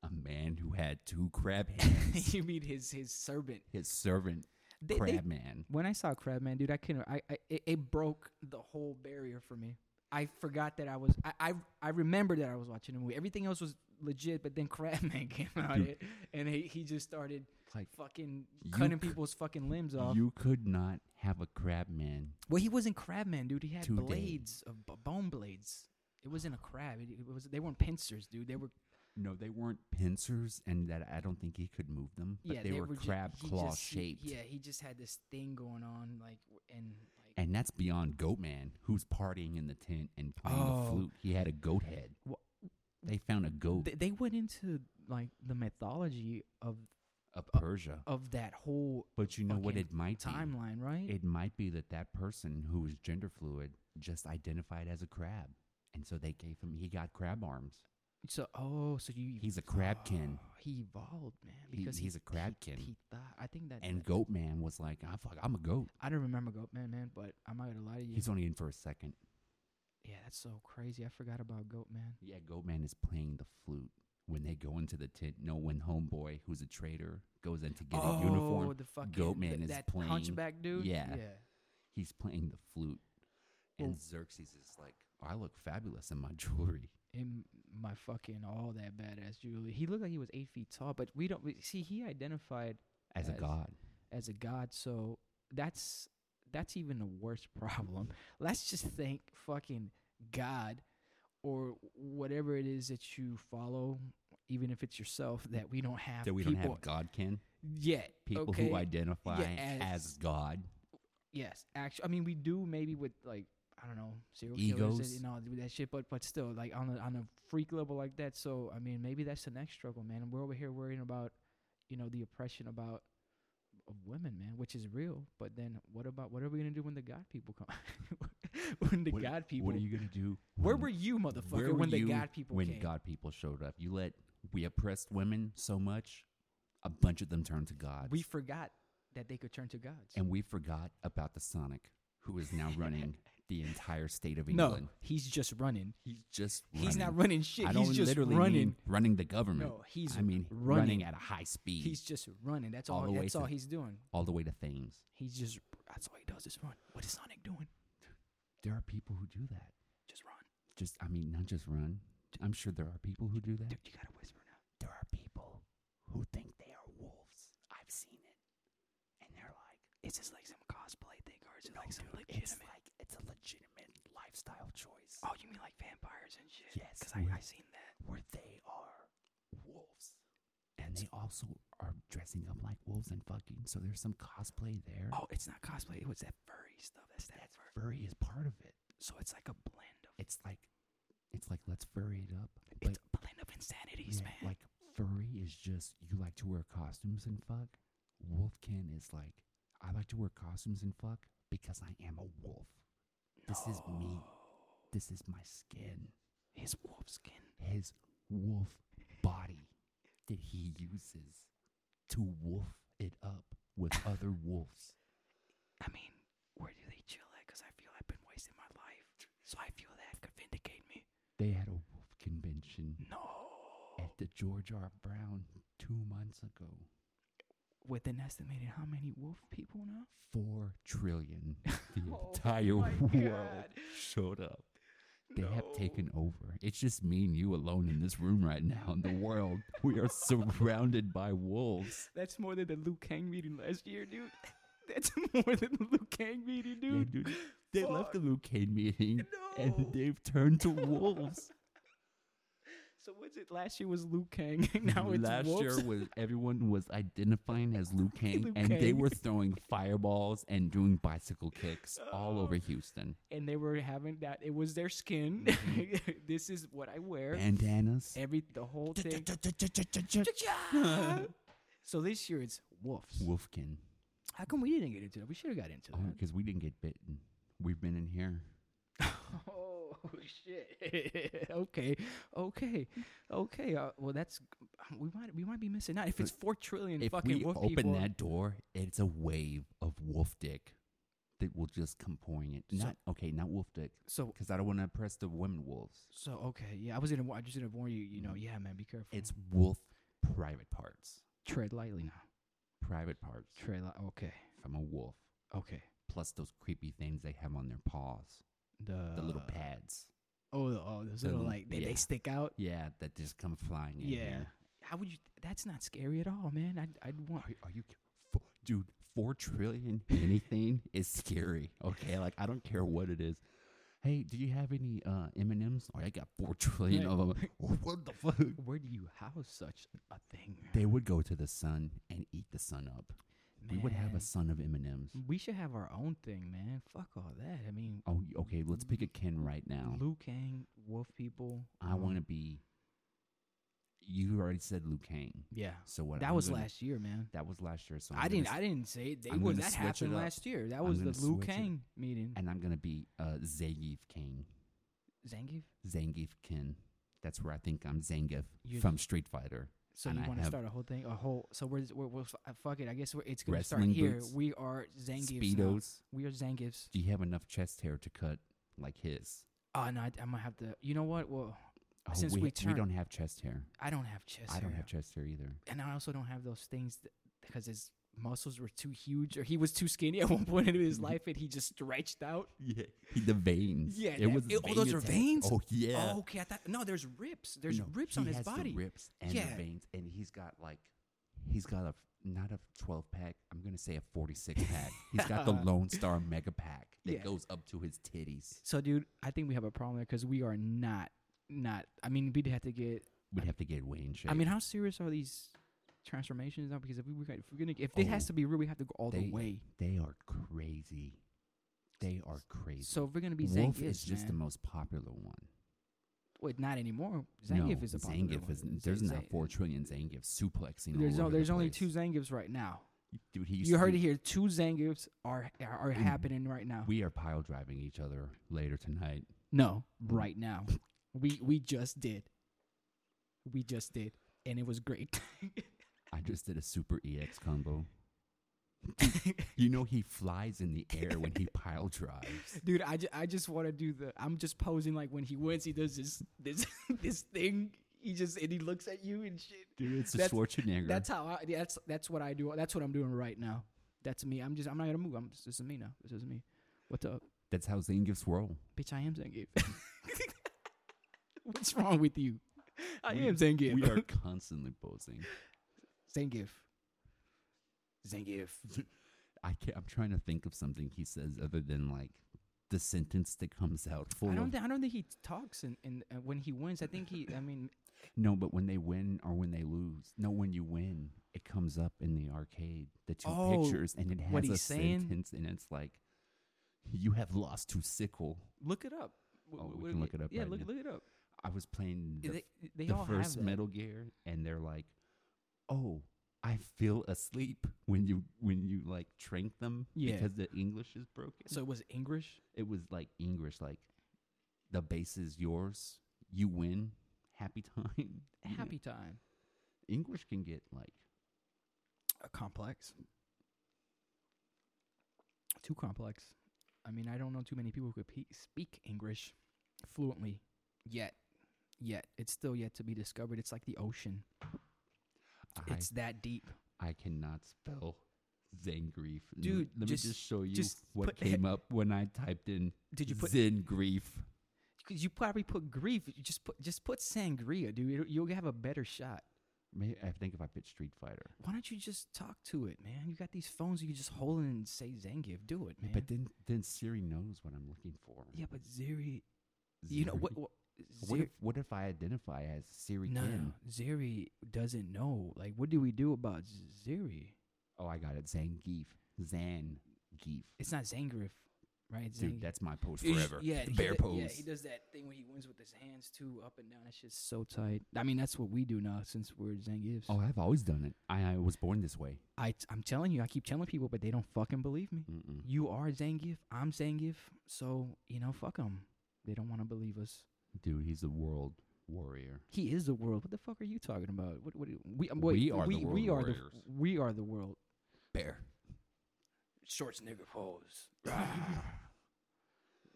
[SPEAKER 1] a man who had two crab hands.
[SPEAKER 2] you mean his his servant.
[SPEAKER 1] his servant,
[SPEAKER 2] They- they-
[SPEAKER 1] Crabman.
[SPEAKER 2] when I saw Crabman, dude, I couldn't. I, I it, it broke the whole barrier for me. I forgot that I was. I I, I remembered that I was watching a movie. Everything else was legit, but then Crabman came out
[SPEAKER 1] Dude.
[SPEAKER 2] and he, he just started
[SPEAKER 1] Like,
[SPEAKER 2] fucking
[SPEAKER 1] You
[SPEAKER 2] cutting
[SPEAKER 1] c-
[SPEAKER 2] people's fucking limbs off.
[SPEAKER 1] you could not have a Crabman.
[SPEAKER 2] well, he wasn't Crabman, dude. He had
[SPEAKER 1] Today.
[SPEAKER 2] blades of b- bone blades. It wasn't a crab. It, it was. They weren't pincers, dude. They were.
[SPEAKER 1] No, they weren't pincers, and that I don't think he could move them. But
[SPEAKER 2] yeah,
[SPEAKER 1] they, were,
[SPEAKER 2] ju-
[SPEAKER 1] crab
[SPEAKER 2] he
[SPEAKER 1] claw
[SPEAKER 2] just- he-
[SPEAKER 1] shaped.
[SPEAKER 2] yeah, he just had this thing going on, like w- and like.
[SPEAKER 1] And that's beyond Goatman, who's partying in the tent and playing the
[SPEAKER 2] Oh.
[SPEAKER 1] flute. He had a goat head.
[SPEAKER 2] Wha-
[SPEAKER 1] They found a goat
[SPEAKER 2] they, they went into like the mythology of
[SPEAKER 1] of
[SPEAKER 2] uh,
[SPEAKER 1] Persia.
[SPEAKER 2] of that whole
[SPEAKER 1] But you know what?
[SPEAKER 2] fucking
[SPEAKER 1] It might be.
[SPEAKER 2] timeline, right?
[SPEAKER 1] It might be that that person who was gender fluid just identified as a crab, and so they gave him. He got crab arms.
[SPEAKER 2] so oh, so you
[SPEAKER 1] He's a crabkin.
[SPEAKER 2] Oh, he evolved, man,
[SPEAKER 1] He-
[SPEAKER 2] because he-
[SPEAKER 1] he's a crabkin.
[SPEAKER 2] He, he thought I think that
[SPEAKER 1] And Goatman was like, "I fuck, I'm a goat."
[SPEAKER 2] I don't remember Goatman, man, but I'm not gonna lie to you.
[SPEAKER 1] He's only in for a second.
[SPEAKER 2] yeah, that's so crazy. I forgot about Goatman.
[SPEAKER 1] Yeah, Goatman is playing the flute when they go into the tent. No, when homeboy, who's a traitor, goes in to get a uniform,
[SPEAKER 2] Oh, the fucking
[SPEAKER 1] Goatman
[SPEAKER 2] th-
[SPEAKER 1] is
[SPEAKER 2] that
[SPEAKER 1] playing-
[SPEAKER 2] hunchback dude.
[SPEAKER 1] Yeah.
[SPEAKER 2] yeah.
[SPEAKER 1] he's playing the flute, and
[SPEAKER 2] Well-
[SPEAKER 1] Xerxes is like, "Oh, "I look fabulous in my jewelry."
[SPEAKER 2] in my fucking all that badass Julie. He looked like he was eight feet tall, but we don't we, see. He identified
[SPEAKER 1] As a
[SPEAKER 2] As-
[SPEAKER 1] god,
[SPEAKER 2] as a god. So that's that's even the worst problem. Let's just thank fucking God or whatever it is that you follow, even if it's yourself, that we don't have
[SPEAKER 1] that we
[SPEAKER 2] people
[SPEAKER 1] don't have godkin
[SPEAKER 2] yet.
[SPEAKER 1] people
[SPEAKER 2] okay?
[SPEAKER 1] who identify
[SPEAKER 2] as-
[SPEAKER 1] as God.
[SPEAKER 2] yes, actually, I mean we do maybe with like I don't know serial killers
[SPEAKER 1] Egos.
[SPEAKER 2] and all that shit, but but still like on a, on a freak level like that. So I mean maybe that's the next struggle, man. We're over here worrying about you know the oppression about of women, man, which is real. But then what about what are we gonna do when the God people come? when the
[SPEAKER 1] What-
[SPEAKER 2] God people,
[SPEAKER 1] What are you gonna do?
[SPEAKER 2] where
[SPEAKER 1] when-
[SPEAKER 2] were you, motherfucker,
[SPEAKER 1] where were
[SPEAKER 2] when the
[SPEAKER 1] you
[SPEAKER 2] God people
[SPEAKER 1] when
[SPEAKER 2] came?
[SPEAKER 1] God people showed up? You let we oppressed women so much, a bunch of them turned to gods,
[SPEAKER 2] we forgot that they could turn to gods.
[SPEAKER 1] and we forgot about the Sonic who is now running the entire state of
[SPEAKER 2] No,
[SPEAKER 1] England.
[SPEAKER 2] he's just running.
[SPEAKER 1] He's just running.
[SPEAKER 2] He's not running shit.
[SPEAKER 1] I
[SPEAKER 2] he's
[SPEAKER 1] don't
[SPEAKER 2] just
[SPEAKER 1] literally
[SPEAKER 2] running.
[SPEAKER 1] mean running the government.
[SPEAKER 2] No, he's
[SPEAKER 1] I mean running,
[SPEAKER 2] running.
[SPEAKER 1] at a high speed
[SPEAKER 2] He's just running. That's
[SPEAKER 1] all
[SPEAKER 2] all.
[SPEAKER 1] the way
[SPEAKER 2] that's
[SPEAKER 1] to-
[SPEAKER 2] all he's doing.
[SPEAKER 1] all the way to Thames.
[SPEAKER 2] He's just. That's all he does is run. What is Sonic doing?
[SPEAKER 1] There are people who do that.
[SPEAKER 2] Just run.
[SPEAKER 1] Just I mean, not just run. I'm sure there are people who do that.
[SPEAKER 2] Dude, you gotta whisper now.
[SPEAKER 1] There are people who think they are wolves. I've seen it, and they're like,
[SPEAKER 2] Is this like some cosplay thing, or is it
[SPEAKER 1] "No,
[SPEAKER 2] like some
[SPEAKER 1] dude,
[SPEAKER 2] legitimate?
[SPEAKER 1] it's like it's a legitimate lifestyle choice
[SPEAKER 2] oh, you mean like vampires and shit?
[SPEAKER 1] Yes,
[SPEAKER 2] Because I
[SPEAKER 1] we're-
[SPEAKER 2] I seen that.
[SPEAKER 1] where they are wolves." And they also are dressing up like wolves and fucking. So there's some cosplay there.
[SPEAKER 2] Oh, it's not cosplay. It was that furry stuff. That's that.
[SPEAKER 1] That's
[SPEAKER 2] fur-
[SPEAKER 1] furry is part of it.
[SPEAKER 2] So it's like a blend of.
[SPEAKER 1] It's like, it's like let's furry it up.
[SPEAKER 2] It's a blend of insanities,
[SPEAKER 1] yeah,
[SPEAKER 2] man.
[SPEAKER 1] like furry is just you like to wear costumes and fuck. Wolfkin is like I like to wear costumes and fuck because I am a wolf. This is me.
[SPEAKER 2] No.
[SPEAKER 1] This is my skin.
[SPEAKER 2] Oh. His wolf skin.
[SPEAKER 1] His wolf body that he uses to wolf it up with other wolves.
[SPEAKER 2] I mean, where do they chill at? Because I feel I've been wasting my life. So I feel that could vindicate me.
[SPEAKER 1] They had a wolf convention
[SPEAKER 2] No.
[SPEAKER 1] at the George R. Brown two months ago.
[SPEAKER 2] With an estimated how many wolf people now?
[SPEAKER 1] Four trillion. The
[SPEAKER 2] Oh
[SPEAKER 1] entire
[SPEAKER 2] my
[SPEAKER 1] world
[SPEAKER 2] God.
[SPEAKER 1] showed up. They have taken over. It's just me and you alone in this room right now in the world. We are surrounded by wolves.
[SPEAKER 2] That's more than the Luke Kang meeting last year, dude. That's more than the Luke Kang meeting,
[SPEAKER 1] Yeah,
[SPEAKER 2] dude.
[SPEAKER 1] dude, They left the Luke Cage meeting
[SPEAKER 2] No.
[SPEAKER 1] and they've turned to wolves.
[SPEAKER 2] So what's it? Last year was Luke Kang, and now it's
[SPEAKER 1] Last
[SPEAKER 2] wolves.
[SPEAKER 1] year was everyone was identifying as Luke Kang
[SPEAKER 2] Liu
[SPEAKER 1] and they
[SPEAKER 2] Kang.
[SPEAKER 1] were throwing fireballs and doing bicycle kicks all
[SPEAKER 2] Oh.
[SPEAKER 1] over Houston.
[SPEAKER 2] and they were having that. It was their skin.
[SPEAKER 1] Mm-hmm.
[SPEAKER 2] this is what I wear.
[SPEAKER 1] Bandanas.
[SPEAKER 2] Every the whole thing. so this year it's wolves.
[SPEAKER 1] Wolfkin.
[SPEAKER 2] How come we didn't get into that? We should have got into
[SPEAKER 1] Oh, because we didn't get bitten. We've been in here.
[SPEAKER 2] that. Oh, shit. okay, okay, okay. Uh, well, that's we might we might be missing out if it's four trillion
[SPEAKER 1] if
[SPEAKER 2] fucking
[SPEAKER 1] we
[SPEAKER 2] wolf
[SPEAKER 1] open
[SPEAKER 2] people.
[SPEAKER 1] that door, it's a wave of wolf dick that will just come pouring in.
[SPEAKER 2] So-
[SPEAKER 1] Not okay, not wolf dick,
[SPEAKER 2] so
[SPEAKER 1] because I don't want to impress the women wolves.
[SPEAKER 2] so okay, yeah. I was gonna wa- I just gonna warn you. You know, yeah, man, be careful.
[SPEAKER 1] Mm. It's wolf private parts,
[SPEAKER 2] tread lightly now.
[SPEAKER 1] private parts
[SPEAKER 2] Tread li- okay,
[SPEAKER 1] from a wolf,
[SPEAKER 2] okay.
[SPEAKER 1] plus those creepy things they have on their paws,
[SPEAKER 2] The
[SPEAKER 1] the little pads.
[SPEAKER 2] Oh, the- oh, those
[SPEAKER 1] the
[SPEAKER 2] little
[SPEAKER 1] little-
[SPEAKER 2] like they, they
[SPEAKER 1] yeah.
[SPEAKER 2] stick out.
[SPEAKER 1] Yeah, that just come flying in.
[SPEAKER 2] Yeah.
[SPEAKER 1] here.
[SPEAKER 2] How would you? That's not scary at all, man. I'd I'd want.
[SPEAKER 1] Are, are you, ki- fo- dude? Four trillion anything is scary. Okay, like I don't care what it is. Hey, do you have any uh, M and M's? Oh, I got four trillion
[SPEAKER 2] Yeah.
[SPEAKER 1] of 'em. of them. What the fuck?
[SPEAKER 2] Where do you house such a thing?
[SPEAKER 1] They would go to the sun and eat the sun up. We would have a
[SPEAKER 2] Man.
[SPEAKER 1] sun of M and M's.
[SPEAKER 2] We should have our own thing, man. Fuck all that. I mean,
[SPEAKER 1] Oh, y- okay. Let's pick a kin right now.
[SPEAKER 2] Liu Kang, Wolf People. um,
[SPEAKER 1] I want to be. You already said Liu Kang.
[SPEAKER 2] Yeah,
[SPEAKER 1] So what?
[SPEAKER 2] that
[SPEAKER 1] I'm
[SPEAKER 2] was
[SPEAKER 1] gonna-
[SPEAKER 2] last year, man.
[SPEAKER 1] That was last year. So I'm
[SPEAKER 2] I
[SPEAKER 1] gonna
[SPEAKER 2] didn't.
[SPEAKER 1] s-
[SPEAKER 2] I didn't say it. they
[SPEAKER 1] I'm
[SPEAKER 2] were.
[SPEAKER 1] gonna
[SPEAKER 2] That
[SPEAKER 1] switch it
[SPEAKER 2] happened
[SPEAKER 1] up.
[SPEAKER 2] last year. That
[SPEAKER 1] I'm
[SPEAKER 2] was the
[SPEAKER 1] gonna
[SPEAKER 2] Liu
[SPEAKER 1] switch it.
[SPEAKER 2] Kang meeting.
[SPEAKER 1] and I'm gonna be uh, Zangief King.
[SPEAKER 2] Zangief.
[SPEAKER 1] Zangief Kin. That's where I think I'm Zangief
[SPEAKER 2] You're-
[SPEAKER 1] from Street Fighter.
[SPEAKER 2] So
[SPEAKER 1] And
[SPEAKER 2] you
[SPEAKER 1] I
[SPEAKER 2] want to
[SPEAKER 1] have-
[SPEAKER 2] start a whole thing, a whole. So we're, we're, we're uh, fuck it. I guess we're, it's gonna start
[SPEAKER 1] Wrestling
[SPEAKER 2] here.
[SPEAKER 1] boots,
[SPEAKER 2] We are Zangiefs. now.
[SPEAKER 1] Speedos.
[SPEAKER 2] We are Zangiefs.
[SPEAKER 1] Do you have enough chest hair to cut like his?
[SPEAKER 2] Oh no, I, I'm gonna have to. You know what? Well,
[SPEAKER 1] Oh,
[SPEAKER 2] Since
[SPEAKER 1] we,
[SPEAKER 2] we
[SPEAKER 1] we
[SPEAKER 2] turn-
[SPEAKER 1] don't have chest hair.
[SPEAKER 2] I don't have chest.
[SPEAKER 1] I don't
[SPEAKER 2] hair.
[SPEAKER 1] have chest hair either.
[SPEAKER 2] and I also don't have those things because his muscles were too huge or he was too skinny at one point in
[SPEAKER 1] Mm-hmm.
[SPEAKER 2] his life and he just stretched out.
[SPEAKER 1] Yeah, the veins.
[SPEAKER 2] Yeah,
[SPEAKER 1] it
[SPEAKER 2] that-
[SPEAKER 1] was.
[SPEAKER 2] it- oh, those are
[SPEAKER 1] attack.
[SPEAKER 2] veins?
[SPEAKER 1] Oh yeah.
[SPEAKER 2] Oh, okay. I thought no, there's rips. There's
[SPEAKER 1] No,
[SPEAKER 2] rips
[SPEAKER 1] he
[SPEAKER 2] on his
[SPEAKER 1] has the
[SPEAKER 2] body.
[SPEAKER 1] rips and
[SPEAKER 2] Yeah.
[SPEAKER 1] the veins, and he's got like, he's got a not a twelve pack. I'm gonna say a forty six pack. he's got the Lone Star Mega Pack that
[SPEAKER 2] Yeah.
[SPEAKER 1] goes up to his titties.
[SPEAKER 2] So, dude, I think we have a problem there because we are not, not. I mean, we'd have to get.
[SPEAKER 1] We'd have to get way in shape.
[SPEAKER 2] I mean, how serious are these transformations now? Because if we were gonna, if we're gonna, if it has
[SPEAKER 1] Oh,
[SPEAKER 2] to be real, we have to go all
[SPEAKER 1] they,
[SPEAKER 2] the way.
[SPEAKER 1] They are crazy. They are crazy.
[SPEAKER 2] So if we're gonna be
[SPEAKER 1] Wolf
[SPEAKER 2] Zangief,
[SPEAKER 1] is just the
[SPEAKER 2] man,
[SPEAKER 1] most popular one.
[SPEAKER 2] wait, not anymore. Zangief
[SPEAKER 1] no,
[SPEAKER 2] is a popular
[SPEAKER 1] Zangief
[SPEAKER 2] one.
[SPEAKER 1] is.
[SPEAKER 2] Z-
[SPEAKER 1] There's
[SPEAKER 2] Zang-
[SPEAKER 1] not four trillion Zangief suplexing.
[SPEAKER 2] There's
[SPEAKER 1] all
[SPEAKER 2] no,
[SPEAKER 1] over the
[SPEAKER 2] there's only
[SPEAKER 1] place.
[SPEAKER 2] two Zangiefs right now.
[SPEAKER 1] Dude, he used
[SPEAKER 2] You
[SPEAKER 1] to
[SPEAKER 2] heard
[SPEAKER 1] do-
[SPEAKER 2] it here. Two Zangiefs are are, are happening right now.
[SPEAKER 1] We are pile driving each other later tonight.
[SPEAKER 2] no, right now. We we just did. We just did, and it was great.
[SPEAKER 1] I just did a super EX E combo. You know he flies in the air when he pile drives.
[SPEAKER 2] Dude, I, ju- I just want to do the. I'm just posing like when he wins, he does this this this thing. He just and he looks at you and shit.
[SPEAKER 1] Dude, it's a
[SPEAKER 2] That's-
[SPEAKER 1] Schwarzenegger.
[SPEAKER 2] That's how I. That's that's what I do. That's what I'm doing right now. That's me. I'm just. I'm not gonna move. I'm. Just, this is me now. This is me. What's up,
[SPEAKER 1] That's how Zane gives roll.
[SPEAKER 2] bitch? I am Zangief. What's wrong with you? I
[SPEAKER 1] We-
[SPEAKER 2] am Zangief.
[SPEAKER 1] We are constantly posing.
[SPEAKER 2] Zangief. Zangief.
[SPEAKER 1] I can't, I'm trying to think of something he says other than like the sentence that comes out full
[SPEAKER 2] I don't.
[SPEAKER 1] of
[SPEAKER 2] Th- I don't think he talks. And in, uh, when he wins, I think he. I mean,
[SPEAKER 1] no, but when they win or when they lose. No, when you win, it comes up in the arcade, the two
[SPEAKER 2] Oh,
[SPEAKER 1] pictures, and it has
[SPEAKER 2] what
[SPEAKER 1] a
[SPEAKER 2] he's saying?
[SPEAKER 1] sentence, and it's like, "You have lost to sickle."
[SPEAKER 2] look it up. W-
[SPEAKER 1] Oh, we
[SPEAKER 2] w-
[SPEAKER 1] can
[SPEAKER 2] w-
[SPEAKER 1] look it up
[SPEAKER 2] Yeah,
[SPEAKER 1] right
[SPEAKER 2] look
[SPEAKER 1] now.
[SPEAKER 2] look it up.
[SPEAKER 1] I was playing the,
[SPEAKER 2] they they
[SPEAKER 1] the
[SPEAKER 2] all
[SPEAKER 1] first
[SPEAKER 2] have that.
[SPEAKER 1] Metal Gear, and they're like, "Oh, I feel asleep when you when you like trank them
[SPEAKER 2] Yeah.
[SPEAKER 1] because the English is broken."
[SPEAKER 2] So it was English.
[SPEAKER 1] it was like English, like the base is yours, you win, happy time. you know?
[SPEAKER 2] Happy time.
[SPEAKER 1] English can get like
[SPEAKER 2] A complex. Too complex. I mean, I don't know too many people who could pe- speak English fluently yet. Yet it's still yet to be discovered. It's like the ocean.
[SPEAKER 1] I,
[SPEAKER 2] It's that deep.
[SPEAKER 1] I cannot spell Zangrief. Lem-
[SPEAKER 2] Dude,
[SPEAKER 1] let
[SPEAKER 2] just-
[SPEAKER 1] me just show you
[SPEAKER 2] just
[SPEAKER 1] what
[SPEAKER 2] put-
[SPEAKER 1] came up when I typed in
[SPEAKER 2] Did you put?
[SPEAKER 1] Zangrief.
[SPEAKER 2] Cause you probably put grief. You Just put just put sangria, dude. It'll- You'll have a better shot.
[SPEAKER 1] Maybe I think if I put Street Fighter,
[SPEAKER 2] Why don't you just talk to it, man? You got these phones. You can just hold it and say Zangief. Do it, man.
[SPEAKER 1] but then then Siri knows what I'm looking for.
[SPEAKER 2] yeah, but Zeri, you know what?
[SPEAKER 1] Zeri.
[SPEAKER 2] What,
[SPEAKER 1] What
[SPEAKER 2] Zeri-
[SPEAKER 1] if what if I identify as Siri
[SPEAKER 2] No,
[SPEAKER 1] Kim?
[SPEAKER 2] Zeri doesn't know. Like, what do we do about Zeri?
[SPEAKER 1] Oh, I got it. Zangief. Zangief.
[SPEAKER 2] It's not Zangief, right? It's
[SPEAKER 1] Dude,
[SPEAKER 2] Zangief.
[SPEAKER 1] that's my pose
[SPEAKER 2] He's-
[SPEAKER 1] forever.
[SPEAKER 2] Yeah,
[SPEAKER 1] the
[SPEAKER 2] he
[SPEAKER 1] bear
[SPEAKER 2] do-
[SPEAKER 1] pose.
[SPEAKER 2] Yeah, he does that thing when he wins with his hands too, up and down. That shit's so tight. I mean, that's what we do now since we're Zangiefs.
[SPEAKER 1] Oh, I've always done it. I, I was born this way.
[SPEAKER 2] I, I'm telling you, I keep telling people, but they don't fucking believe me.
[SPEAKER 1] Mm-mm.
[SPEAKER 2] You are Zangief. I'm Zangief. So you know, fuck them. They don't want to believe us.
[SPEAKER 1] Dude, he's a world warrior.
[SPEAKER 2] He is the world. What the fuck are you talking about? What? What? do- We, um, wait,
[SPEAKER 1] We are the
[SPEAKER 2] we,
[SPEAKER 1] world
[SPEAKER 2] we are the
[SPEAKER 1] warriors.
[SPEAKER 2] we are the world.
[SPEAKER 1] Bear.
[SPEAKER 2] Shorts nigger pose.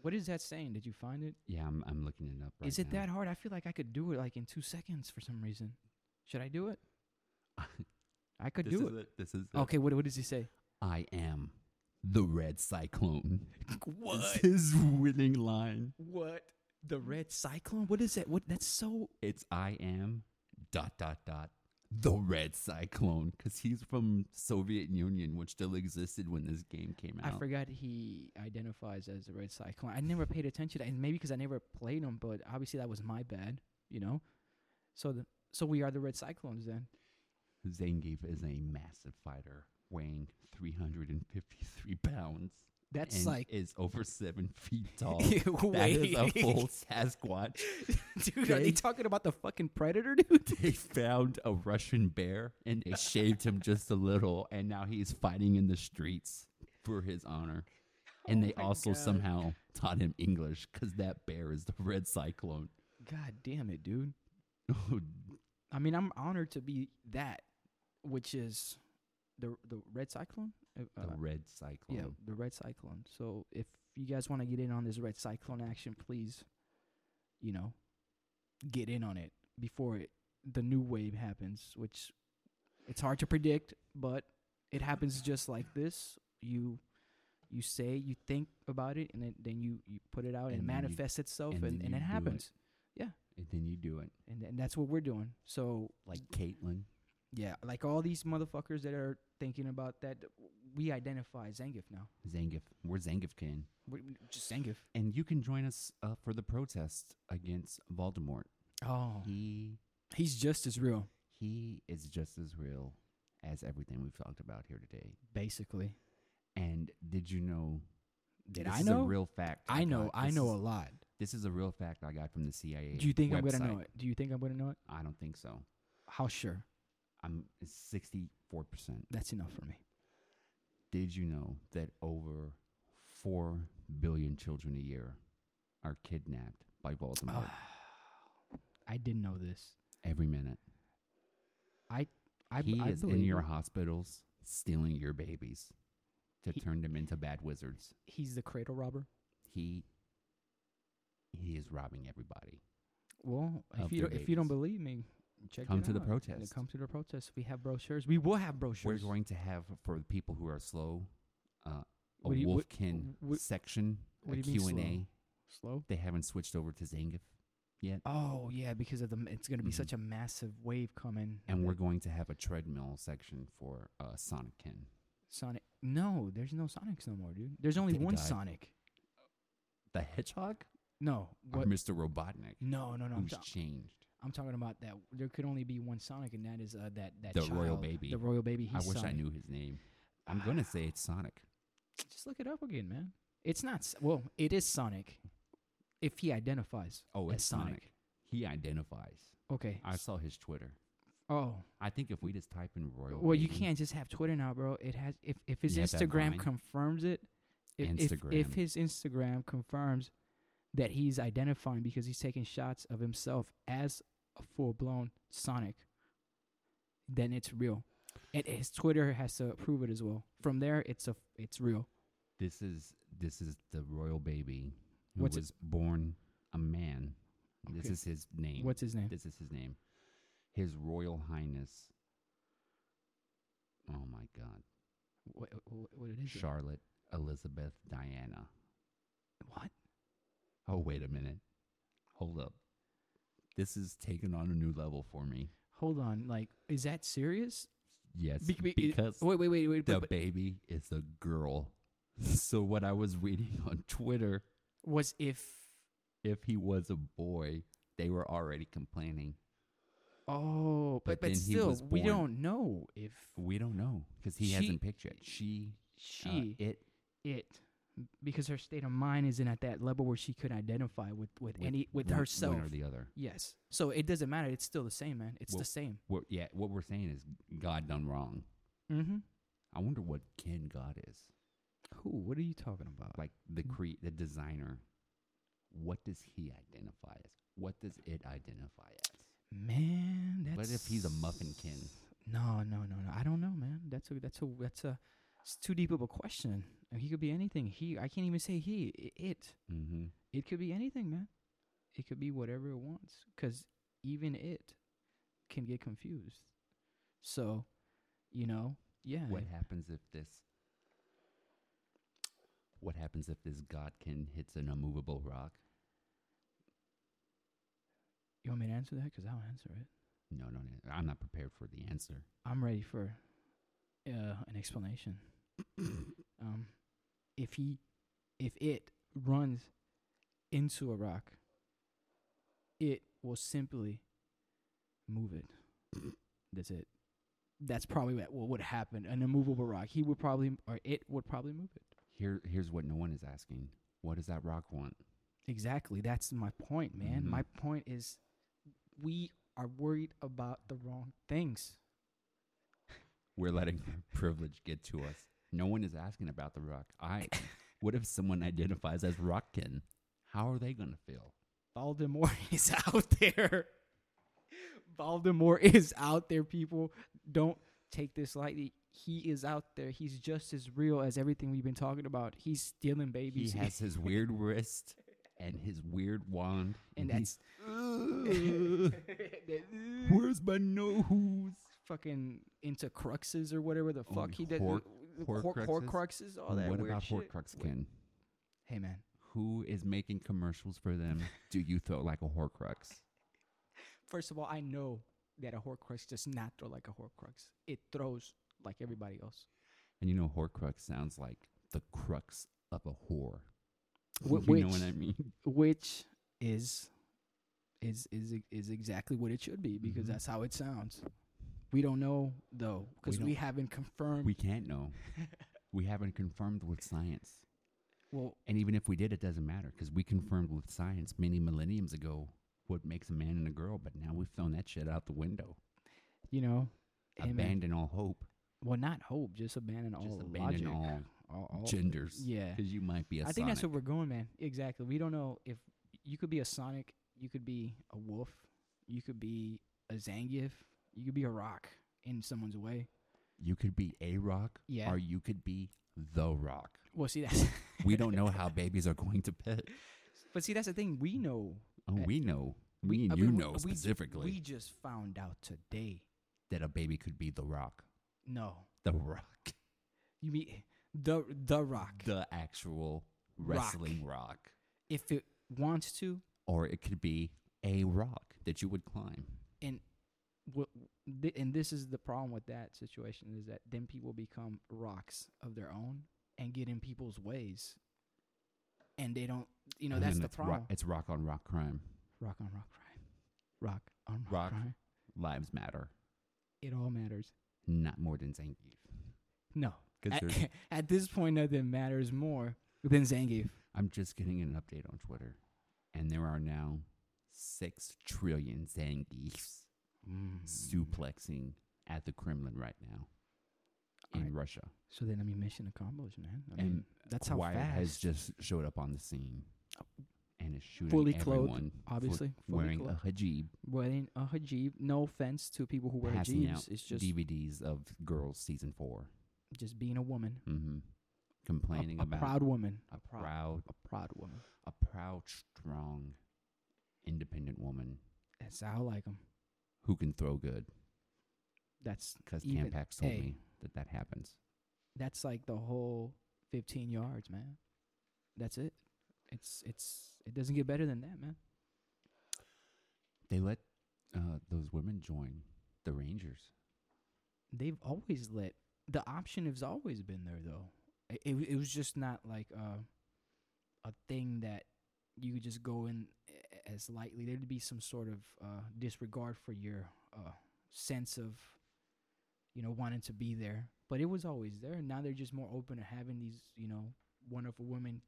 [SPEAKER 2] what is that saying? Did you find it?
[SPEAKER 1] Yeah, I'm, I'm looking it up
[SPEAKER 2] Is
[SPEAKER 1] right
[SPEAKER 2] it that hard? I feel like I could do it like in two seconds for some reason. Should I do it?
[SPEAKER 1] that?
[SPEAKER 2] I could
[SPEAKER 1] this
[SPEAKER 2] do
[SPEAKER 1] is
[SPEAKER 2] it.
[SPEAKER 1] it. This is it.
[SPEAKER 2] Okay, what, what does he say?
[SPEAKER 1] I am the red cyclone. It's
[SPEAKER 2] What?
[SPEAKER 1] his winning line.
[SPEAKER 2] What? The red cyclone? What is that? What? That's so.
[SPEAKER 1] It's I am dot dot dot the red cyclone because he's from Soviet Union, which still existed when this game came out.
[SPEAKER 2] I forgot he identifies as the red cyclone. I never paid attention, to and maybe because I never played him, but obviously that was my bad. You know. So the so we are the red cyclones then.
[SPEAKER 1] Zangief is a massive fighter, weighing 353 pounds.
[SPEAKER 2] That's
[SPEAKER 1] and
[SPEAKER 2] like
[SPEAKER 1] is over seven feet tall. That is a
[SPEAKER 2] Wait.
[SPEAKER 1] full Sasquatch.
[SPEAKER 2] Dude, are
[SPEAKER 1] They-
[SPEAKER 2] they talking about the fucking predator, dude?
[SPEAKER 1] They found a Russian bear and they shaved him just a little, and now he's fighting in the streets for his honor. And
[SPEAKER 2] Oh
[SPEAKER 1] they
[SPEAKER 2] my
[SPEAKER 1] also
[SPEAKER 2] God.
[SPEAKER 1] somehow taught him English because that bear is the red cyclone.
[SPEAKER 2] God damn it, dude.
[SPEAKER 1] Oh,
[SPEAKER 2] I mean, I'm honored to be that, which is the the red cyclone. Uh,
[SPEAKER 1] the
[SPEAKER 2] uh,
[SPEAKER 1] red
[SPEAKER 2] yeah,
[SPEAKER 1] cyclone.
[SPEAKER 2] the red cyclone. So if you guys want to get in on this red cyclone action, please, you know, get in on it before it the new wave happens, which it's hard to predict, but it happens just like this. You you say you think about it, and then, then you you put it out
[SPEAKER 1] And
[SPEAKER 2] and, it
[SPEAKER 1] then you-
[SPEAKER 2] manifests itself,
[SPEAKER 1] and
[SPEAKER 2] and,
[SPEAKER 1] then
[SPEAKER 2] and,
[SPEAKER 1] you
[SPEAKER 2] it
[SPEAKER 1] do it.
[SPEAKER 2] happens.
[SPEAKER 1] And then you do it
[SPEAKER 2] And, and that's what we're doing. So
[SPEAKER 1] like Caitlin.
[SPEAKER 2] yeah, like all these motherfuckers that are thinking about that, we identify as Zangief now.
[SPEAKER 1] Zangief. We're Zangief kin.
[SPEAKER 2] We, we- just Zangief.
[SPEAKER 1] And you can join us uh, for the protest against Voldemort.
[SPEAKER 2] Oh,
[SPEAKER 1] He
[SPEAKER 2] he's just as real,
[SPEAKER 1] he is just as real as everything we've talked about here today.
[SPEAKER 2] basically.
[SPEAKER 1] And did you know?
[SPEAKER 2] Did
[SPEAKER 1] this
[SPEAKER 2] I
[SPEAKER 1] is
[SPEAKER 2] know?
[SPEAKER 1] a real fact.
[SPEAKER 2] I know.
[SPEAKER 1] got-
[SPEAKER 2] I
[SPEAKER 1] this
[SPEAKER 2] know
[SPEAKER 1] is-
[SPEAKER 2] a lot.
[SPEAKER 1] this is a real fact I got from the CIA.
[SPEAKER 2] Do you think I'm
[SPEAKER 1] website.
[SPEAKER 2] gonna know it? Do you think I'm gonna know it?
[SPEAKER 1] I don't think so.
[SPEAKER 2] How sure?
[SPEAKER 1] I'm sixty-four percent.
[SPEAKER 2] That's enough for me.
[SPEAKER 1] Did you know that over four billion children a year are kidnapped by Voldemort
[SPEAKER 2] I didn't know this.
[SPEAKER 1] every minute?
[SPEAKER 2] I
[SPEAKER 1] he
[SPEAKER 2] I
[SPEAKER 1] is in
[SPEAKER 2] believe
[SPEAKER 1] your
[SPEAKER 2] you.
[SPEAKER 1] hospitals stealing your babies to
[SPEAKER 3] He-
[SPEAKER 1] turn them into bad wizards.
[SPEAKER 3] He's the cradle robber.
[SPEAKER 1] He he is robbing everybody.
[SPEAKER 2] Well, if
[SPEAKER 1] Of
[SPEAKER 2] you
[SPEAKER 1] their
[SPEAKER 2] don't, if you don't
[SPEAKER 1] babies.
[SPEAKER 2] believe me, check
[SPEAKER 1] Come
[SPEAKER 2] it
[SPEAKER 1] to the
[SPEAKER 2] out.
[SPEAKER 1] protest.
[SPEAKER 2] Come to the protest. We have brochures. We will have brochures.
[SPEAKER 1] We're going to have for the people who are slow uh, a
[SPEAKER 2] What do you- what-
[SPEAKER 1] Wolfkin
[SPEAKER 2] what-
[SPEAKER 1] section,
[SPEAKER 2] what
[SPEAKER 1] a
[SPEAKER 2] do you mean
[SPEAKER 1] Q&A.
[SPEAKER 2] slow.
[SPEAKER 1] They haven't switched over to Zangief yet.
[SPEAKER 2] Oh yeah, because of the m- it's going to be
[SPEAKER 1] Mhm.
[SPEAKER 2] such a massive wave coming.
[SPEAKER 1] And we're going to have a treadmill section for uh, Sonic Ken.
[SPEAKER 2] Sonic. No, there's no Sonics no more, dude. There's only
[SPEAKER 1] They
[SPEAKER 2] one
[SPEAKER 1] died.
[SPEAKER 2] Sonic.
[SPEAKER 1] The Hedgehog?
[SPEAKER 2] No,
[SPEAKER 1] Or
[SPEAKER 2] what?
[SPEAKER 1] Mr. Robotnik,
[SPEAKER 2] No, no, no. I'm,
[SPEAKER 1] who's
[SPEAKER 2] ta-
[SPEAKER 1] changed.
[SPEAKER 2] I'm talking about that. There could only be one Sonic, and that is uh, that that
[SPEAKER 1] The royal
[SPEAKER 2] child,
[SPEAKER 1] baby.
[SPEAKER 2] The royal baby. He's
[SPEAKER 1] I wish I
[SPEAKER 2] Sonic.
[SPEAKER 1] knew his name. I'm going to say it's Sonic.
[SPEAKER 2] Just look it up again, man. It's not. S- Well, it is Sonic, if he identifies.
[SPEAKER 1] Oh,
[SPEAKER 2] as
[SPEAKER 1] it's Sonic. He identifies.
[SPEAKER 2] Okay.
[SPEAKER 1] I saw his Twitter.
[SPEAKER 2] oh,
[SPEAKER 1] I think if we just type in royal
[SPEAKER 2] well, you
[SPEAKER 1] baby-
[SPEAKER 2] can't just have Twitter now, bro. It has if if his
[SPEAKER 1] You have to have
[SPEAKER 2] Instagram
[SPEAKER 1] Vine?
[SPEAKER 2] confirms it. If, If, if
[SPEAKER 1] Instagram.
[SPEAKER 2] his Instagram confirms that he's identifying because he's taking shots of himself as a full blown Sonic, then it's real. And his Twitter has to approve it as well. From there, it's a it's real.
[SPEAKER 1] This is this is the royal baby who
[SPEAKER 2] What's it-
[SPEAKER 1] was born a man. This
[SPEAKER 2] Okay.
[SPEAKER 1] is his name.
[SPEAKER 2] What's his name?
[SPEAKER 1] This is his name. His Royal Highness. Oh my God,
[SPEAKER 2] What, what, what it is? it?
[SPEAKER 1] Charlotte Elizabeth Diana.
[SPEAKER 2] What?
[SPEAKER 1] Oh wait a minute, hold up. This is taking on a new level for me.
[SPEAKER 2] Hold on. Like, is that serious?
[SPEAKER 1] Yes,
[SPEAKER 2] Bec- be- it-
[SPEAKER 1] because
[SPEAKER 2] wait, wait, wait, wait.
[SPEAKER 1] the
[SPEAKER 2] But, but
[SPEAKER 1] baby is a girl. so what I was reading on Twitter,
[SPEAKER 2] was if?
[SPEAKER 1] if he was a boy, they were already complaining.
[SPEAKER 2] Oh, but
[SPEAKER 1] But
[SPEAKER 2] but,
[SPEAKER 1] then he
[SPEAKER 2] still,
[SPEAKER 1] was
[SPEAKER 2] we
[SPEAKER 1] born- uh,
[SPEAKER 2] don't know if
[SPEAKER 1] We don't know because he
[SPEAKER 2] She-
[SPEAKER 1] hasn't picked yet. She, uh,
[SPEAKER 2] she
[SPEAKER 1] it,
[SPEAKER 2] it because her state of mind isn't at that level where she could identify with with,
[SPEAKER 1] With
[SPEAKER 2] any with
[SPEAKER 1] one-
[SPEAKER 2] herself.
[SPEAKER 1] one or the other.
[SPEAKER 2] yes, so it doesn't matter. It's still the same, man. It's
[SPEAKER 1] Well-
[SPEAKER 2] the same.
[SPEAKER 1] What, yeah, what we're saying is God done wrong.
[SPEAKER 2] Mm-hmm.
[SPEAKER 1] I wonder what Ken God is.
[SPEAKER 2] Who? What are you talking about?
[SPEAKER 1] Like the cre- the designer. What does he identify as? What does it identify as?
[SPEAKER 2] man, that's.
[SPEAKER 1] What if he's a muffin kin?
[SPEAKER 2] No, no, no, no. I don't know, man. That's a that's a that's a. It's too deep of a question. I mean, he could be anything. He. I can't even say he. I- It.
[SPEAKER 1] Mm-hmm.
[SPEAKER 2] It could be anything, man. It could be whatever it wants, 'cause even it can get confused. So, you know, yeah.
[SPEAKER 1] What happens if this? What happens if this Godkin hits an unmovable rock?
[SPEAKER 2] You want me to answer that? 'Cause I'll answer it.
[SPEAKER 1] No, no, no. I'm not prepared for the answer.
[SPEAKER 2] I'm ready for uh, an explanation. um, if he, if it runs into a rock, it will simply move it. That's it. That's probably what what would happen. An immovable rock. He would probably, or it would probably move it.
[SPEAKER 1] Here, here's what no one is asking. What does that rock want?
[SPEAKER 2] Exactly. That's my point, man.
[SPEAKER 1] Mhm.
[SPEAKER 2] My point is we are worried about the wrong things.
[SPEAKER 1] We're letting our privilege get to us. No one is asking about the rock. I. What if someone identifies as Rockin? How are they gonna feel?
[SPEAKER 2] Voldemort is out there. Voldemort is out there, people. Don't take this lightly. He is out there. He's just as real as everything we've been talking about. He's stealing
[SPEAKER 1] He
[SPEAKER 2] babies.
[SPEAKER 1] has his weird wrist and his weird wand,
[SPEAKER 2] and
[SPEAKER 1] he's,
[SPEAKER 2] that's
[SPEAKER 1] "Ugh, where's my nose?
[SPEAKER 2] fucking into cruxes or whatever the
[SPEAKER 1] Oh,
[SPEAKER 2] fuck he did.
[SPEAKER 1] Hor-
[SPEAKER 2] Hor-
[SPEAKER 1] Horcruxes?
[SPEAKER 2] horcruxes, all that
[SPEAKER 1] what
[SPEAKER 2] weird
[SPEAKER 1] about
[SPEAKER 2] shit.
[SPEAKER 1] Horcruxkin?
[SPEAKER 2] Hey man,
[SPEAKER 1] Who is making commercials for them? Do you throw like a Horcrux?
[SPEAKER 2] First of all, I know that a Horcrux does not throw like a Horcrux. It throws like everybody else.
[SPEAKER 1] And you know, Horcrux sounds like the crux of a whore. you
[SPEAKER 2] Wh-
[SPEAKER 1] know
[SPEAKER 2] which-
[SPEAKER 1] what I mean?
[SPEAKER 2] which is is is e- is exactly what it should be because
[SPEAKER 1] Mhm.
[SPEAKER 2] that's how it sounds. We don't know though because we,
[SPEAKER 1] don't-
[SPEAKER 2] haven't confirmed.
[SPEAKER 1] We can't know. We haven't confirmed with science.
[SPEAKER 2] well,
[SPEAKER 1] And even if we did, it doesn't matter because we confirmed with science many millenniums ago what makes a man and a girl, but now we've thrown that shit out the window.
[SPEAKER 2] you know, hey, man.
[SPEAKER 1] abandon all hope,
[SPEAKER 2] well, not hope, just abandon all
[SPEAKER 1] just
[SPEAKER 2] logic.
[SPEAKER 1] abandon all
[SPEAKER 2] all, all-
[SPEAKER 1] genders.
[SPEAKER 2] yeah.
[SPEAKER 1] Because you might be a
[SPEAKER 2] I think that's
[SPEAKER 1] Sonic.
[SPEAKER 2] where we're going, man. Exactly. We don't know if you could be a Sonic, you could be a wolf, you could be a Zangief, you could be a rock in someone's way.
[SPEAKER 1] You could be a rock,
[SPEAKER 3] Yeah.
[SPEAKER 1] or you could be the rock.
[SPEAKER 2] Well, see that's
[SPEAKER 1] We don't know how babies are going to pet.
[SPEAKER 2] but see that's the thing we know.
[SPEAKER 1] Oh,
[SPEAKER 2] Uh,
[SPEAKER 1] we know.
[SPEAKER 2] we-
[SPEAKER 1] Me and
[SPEAKER 2] I
[SPEAKER 1] you
[SPEAKER 2] mean, we-
[SPEAKER 1] know
[SPEAKER 2] we-
[SPEAKER 1] specifically
[SPEAKER 2] We just found out today.
[SPEAKER 1] that a baby could be the rock.
[SPEAKER 2] No,
[SPEAKER 1] The rock.
[SPEAKER 2] you mean the the Rock.
[SPEAKER 1] The actual wrestling rock.
[SPEAKER 2] if it wants to,
[SPEAKER 1] Or it could be a rock that you would climb.
[SPEAKER 2] and what th- and this is the problem with that situation is that then people become rocks of their own and get in people's ways, and they don't. You know
[SPEAKER 1] And
[SPEAKER 2] that's
[SPEAKER 1] then
[SPEAKER 2] the
[SPEAKER 1] it's rock,
[SPEAKER 2] problem.
[SPEAKER 1] it's rock on rock crime.
[SPEAKER 2] rock on rock crime, rock on
[SPEAKER 1] Rock.
[SPEAKER 2] rock, crime.
[SPEAKER 1] Lives matter.
[SPEAKER 2] It all matters.
[SPEAKER 1] Not more than Zangief.
[SPEAKER 2] No,
[SPEAKER 1] 'Cause
[SPEAKER 2] at,
[SPEAKER 1] there's-
[SPEAKER 2] at this point, nothing matters more than Zangief.
[SPEAKER 1] I'm just getting an update on Twitter. And there are now six trillion Zangiefs
[SPEAKER 2] Mm-hmm.
[SPEAKER 1] suplexing at the Kremlin right now in
[SPEAKER 2] Alright.
[SPEAKER 1] Russia.
[SPEAKER 2] So then, I mean, mission accomplished, man. I
[SPEAKER 1] And
[SPEAKER 2] mean, that's how
[SPEAKER 1] Quiet
[SPEAKER 2] fast.
[SPEAKER 1] has just showed up on the scene and is shooting
[SPEAKER 2] Fully clothed,
[SPEAKER 1] everyone fu-
[SPEAKER 2] obviously, fully
[SPEAKER 1] wearing
[SPEAKER 2] clothed.
[SPEAKER 1] a hijab,
[SPEAKER 2] wearing a hijab. No offense to people who wear
[SPEAKER 1] passing out
[SPEAKER 2] hijabs. It's just
[SPEAKER 1] DVDs of Girls season 4
[SPEAKER 2] just being a woman,
[SPEAKER 1] Mm-hmm.
[SPEAKER 2] a,
[SPEAKER 1] Complaining
[SPEAKER 2] a
[SPEAKER 1] about
[SPEAKER 2] proud woman,
[SPEAKER 1] a proud,
[SPEAKER 2] a proud woman.
[SPEAKER 1] a proud, strong, independent woman
[SPEAKER 2] That's how I like them.
[SPEAKER 1] who can throw good.
[SPEAKER 2] That's
[SPEAKER 1] Because
[SPEAKER 2] Even-
[SPEAKER 1] Tampax told
[SPEAKER 2] hey.
[SPEAKER 1] me that that happens.
[SPEAKER 2] that's like the whole 15 yards, man. That's it. It's it's it doesn't get better than that, man.
[SPEAKER 1] They let uh, those women join the Rangers.
[SPEAKER 2] They've always let the option has always been there though. It it, it was just not like uh a thing that you could just go in a- a- as lightly. There'd be some sort of uh, disregard for your uh, sense of, you know, wanting to be there. But it was always there. Now they're just more open to having these, you know, wonderful women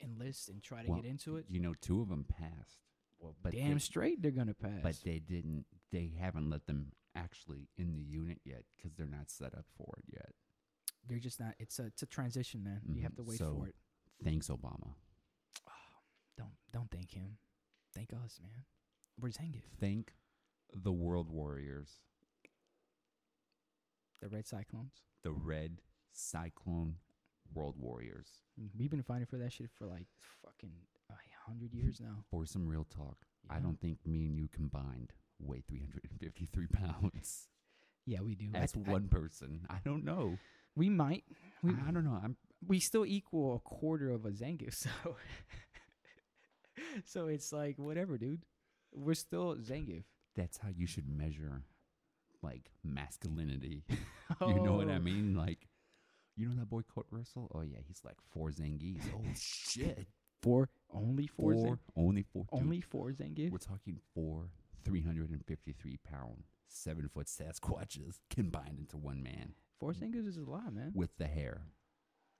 [SPEAKER 2] enlist and try to
[SPEAKER 1] Well,
[SPEAKER 2] get into it.
[SPEAKER 1] You know, two of them passed. Well, but
[SPEAKER 2] Damn
[SPEAKER 1] they,
[SPEAKER 2] straight, they're gonna pass.
[SPEAKER 1] but they didn't. They haven't let them actually in the unit yet because they're not set up for it yet.
[SPEAKER 2] they're just not. It's a it's a transition, man. You have
[SPEAKER 1] Mhm.
[SPEAKER 2] to wait
[SPEAKER 1] So-
[SPEAKER 2] for it.
[SPEAKER 1] Thanks, Obama.
[SPEAKER 2] Don't don't thank him. Thank us, man. We're Zangief,
[SPEAKER 1] Thank the World Warriors,
[SPEAKER 2] the Red Cyclones.
[SPEAKER 1] the Red Cyclone World Warriors,
[SPEAKER 2] We've been fighting for that shit for like fucking a hundred years now.
[SPEAKER 1] for some real talk. I
[SPEAKER 2] Yeah.
[SPEAKER 1] don't think me and you combined weigh 353 pounds
[SPEAKER 2] Yeah, we do. I
[SPEAKER 1] as
[SPEAKER 2] th- I-
[SPEAKER 1] one person. I don't know.
[SPEAKER 2] we might. We,
[SPEAKER 1] I don't know. I'm
[SPEAKER 2] we still equal a quarter of a Zangief, so so it's like whatever, dude. We're still Zangief.
[SPEAKER 1] that's how you should measure like masculinity. You know what I
[SPEAKER 2] Oh,
[SPEAKER 1] mean? Like, you know that boy Kurt Russell? Oh yeah, he's like four Zangiefs. Oh shit,
[SPEAKER 2] Four, only four,
[SPEAKER 1] four,
[SPEAKER 2] Zang-
[SPEAKER 1] only four, dude,
[SPEAKER 2] only four Zangief.
[SPEAKER 1] We're talking four, three hundred and fifty-three pound, seven foot Sasquatches combined into one man
[SPEAKER 2] Four Zangiefs is a lot, man.
[SPEAKER 1] with the hair,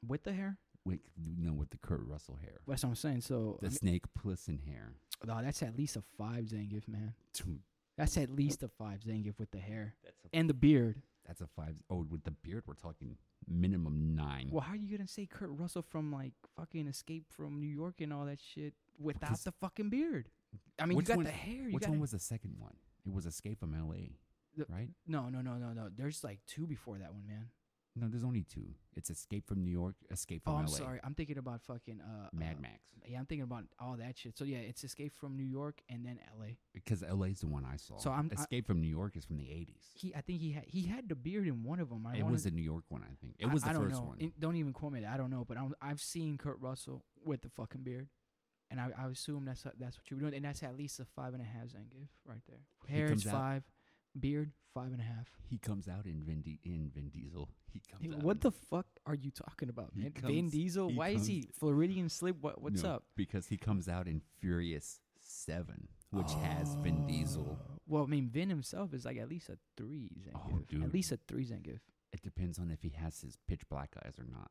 [SPEAKER 2] With the hair,
[SPEAKER 1] with you know, with the Kurt Russell hair,
[SPEAKER 2] that's what I'm saying. So I
[SPEAKER 1] the snake plissken hair,
[SPEAKER 2] mean, no, that's at least a five Zangief, man.
[SPEAKER 1] dude.
[SPEAKER 2] That's at least a five Zangief with the hair
[SPEAKER 1] That's a
[SPEAKER 2] and the beard.
[SPEAKER 1] that's a five oh with the beard, we're talking minimum nine.
[SPEAKER 2] Well, how are you gonna say Kurt Russell from like fucking Escape from New York and all that shit without
[SPEAKER 1] Because-
[SPEAKER 2] the fucking beard? I mean,
[SPEAKER 1] Which
[SPEAKER 2] you got
[SPEAKER 1] one-
[SPEAKER 2] the hair. You
[SPEAKER 1] Which
[SPEAKER 2] got
[SPEAKER 1] one was the second one? It was Escape from L.A.
[SPEAKER 2] The-
[SPEAKER 1] right?
[SPEAKER 2] No, no, no, no, no. There's like two before that one, man.
[SPEAKER 1] No, there's only two. It's Escape from New York, Escape from
[SPEAKER 2] oh, I'm
[SPEAKER 1] L.A.
[SPEAKER 2] sorry. I'm thinking about fucking uh,
[SPEAKER 1] Mad
[SPEAKER 2] uh,
[SPEAKER 1] Max.
[SPEAKER 2] Yeah, I'm thinking about all that shit. So yeah, it's Escape from New York and then L.A.
[SPEAKER 1] Because LA's the one I saw.
[SPEAKER 2] So I'm- I-
[SPEAKER 1] Escape from New York is from the 80s.
[SPEAKER 2] He, I think he had he had the beard in one of them. I
[SPEAKER 1] it
[SPEAKER 2] wanna-
[SPEAKER 1] was the New York one, I think. It was
[SPEAKER 2] I,
[SPEAKER 1] the
[SPEAKER 2] I don't
[SPEAKER 1] first
[SPEAKER 2] know.
[SPEAKER 1] one.
[SPEAKER 2] It- don't even quote me. that. I don't know, but I'm, I've seen Kurt Russell with the fucking beard, and I, I assume that's what- that's what you were doing, and that's at least a five and a half Zangief right there.
[SPEAKER 1] He
[SPEAKER 2] Hair is
[SPEAKER 1] comes out-
[SPEAKER 2] five, beard five and a half.
[SPEAKER 1] he comes out in Vin, Di- in Vin Diesel. He comes out.
[SPEAKER 2] What the fuck are you talking about,
[SPEAKER 1] He
[SPEAKER 2] man? Vin
[SPEAKER 1] comes-
[SPEAKER 2] Diesel?
[SPEAKER 1] he
[SPEAKER 2] Why
[SPEAKER 1] comes-
[SPEAKER 2] is he Floridian slip? What what's
[SPEAKER 1] No,
[SPEAKER 2] up?
[SPEAKER 1] Because he comes out in Furious 7, which has Vin Diesel. Oh,
[SPEAKER 2] Oh. Well, I mean, Vin himself is like at least a three Zangief.
[SPEAKER 1] dude.
[SPEAKER 2] At least a three Zangief.
[SPEAKER 1] It depends on if he has his pitch black eyes or not.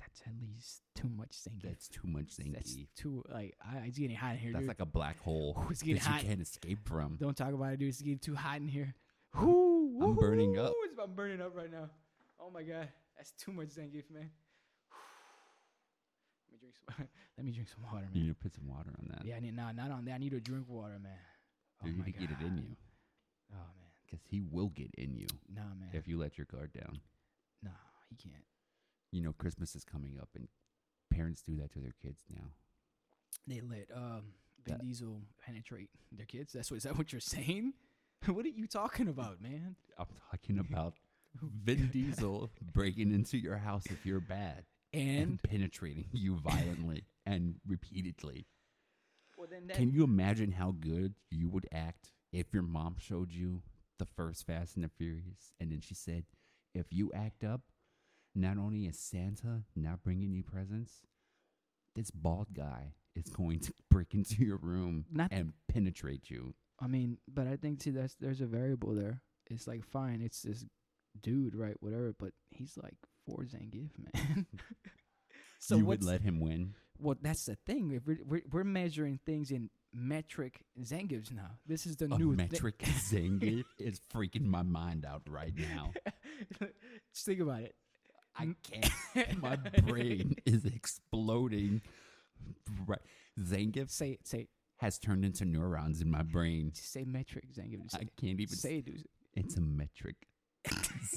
[SPEAKER 2] That's at least too much Zangief.
[SPEAKER 1] That's too much Zangief.
[SPEAKER 2] That's
[SPEAKER 1] That's,
[SPEAKER 2] too like I, it's getting hot in here, dude.
[SPEAKER 1] like a black hole
[SPEAKER 2] It's
[SPEAKER 1] that
[SPEAKER 2] getting
[SPEAKER 1] you
[SPEAKER 2] hot.
[SPEAKER 1] can't escape from.
[SPEAKER 2] Don't talk about it, dude. It's getting too hot in here. Whoo,
[SPEAKER 1] I'm burning
[SPEAKER 2] whoo,
[SPEAKER 1] up.
[SPEAKER 2] it's- I'm burning up right now. Oh my god, that's too much Zangief, man. Let me drink some. Let me drink some water,
[SPEAKER 1] You
[SPEAKER 2] man.
[SPEAKER 1] need to put some water on that.
[SPEAKER 2] Yeah, I need, nah, not on that. I need to drink water, man. Oh
[SPEAKER 1] Dude, you
[SPEAKER 2] my
[SPEAKER 1] need to get it in
[SPEAKER 2] God.
[SPEAKER 1] you.
[SPEAKER 2] Oh man,
[SPEAKER 1] because he will get in you
[SPEAKER 2] Nah, man.
[SPEAKER 1] if you let your guard down.
[SPEAKER 2] nah, he can't.
[SPEAKER 1] You know, Christmas is coming up, and parents do that to their kids now.
[SPEAKER 2] They let um Vin
[SPEAKER 1] That-
[SPEAKER 2] Diesel penetrate their kids. That's what is that what you're saying? what are you talking about, man?
[SPEAKER 1] I'm talking about Vin Diesel breaking into your house if you're bad
[SPEAKER 2] And
[SPEAKER 1] and penetrating you violently and repeatedly.
[SPEAKER 3] Well, then that
[SPEAKER 1] Can you imagine how good you would act if your mom showed you the first Fast and the Furious and then she said, if you act up, not only is Santa not bringing you presents, this bald guy is going to break into your room
[SPEAKER 2] Not-
[SPEAKER 1] and penetrate you.
[SPEAKER 2] I mean, but I think see that's there's a variable there. It's like fine, it's this dude, right? Whatever, but he's like for Zangief, man. so
[SPEAKER 1] you would
[SPEAKER 2] what's
[SPEAKER 1] let him win.
[SPEAKER 2] well? That's the thing. If we're, we're we're measuring things in metric Zangiefs now. This is the
[SPEAKER 1] A
[SPEAKER 2] new thi-
[SPEAKER 1] metric Zangief is freaking my mind out right now.
[SPEAKER 2] Just think about it.
[SPEAKER 1] I can't. my brain is exploding. Right. Zangief
[SPEAKER 2] Say it. Say it.
[SPEAKER 1] has turned into neurons in my brain.
[SPEAKER 2] Just say metric Zangief. Just
[SPEAKER 1] I
[SPEAKER 2] say,
[SPEAKER 1] can't even
[SPEAKER 2] it. say it, dude.
[SPEAKER 1] It's a metric.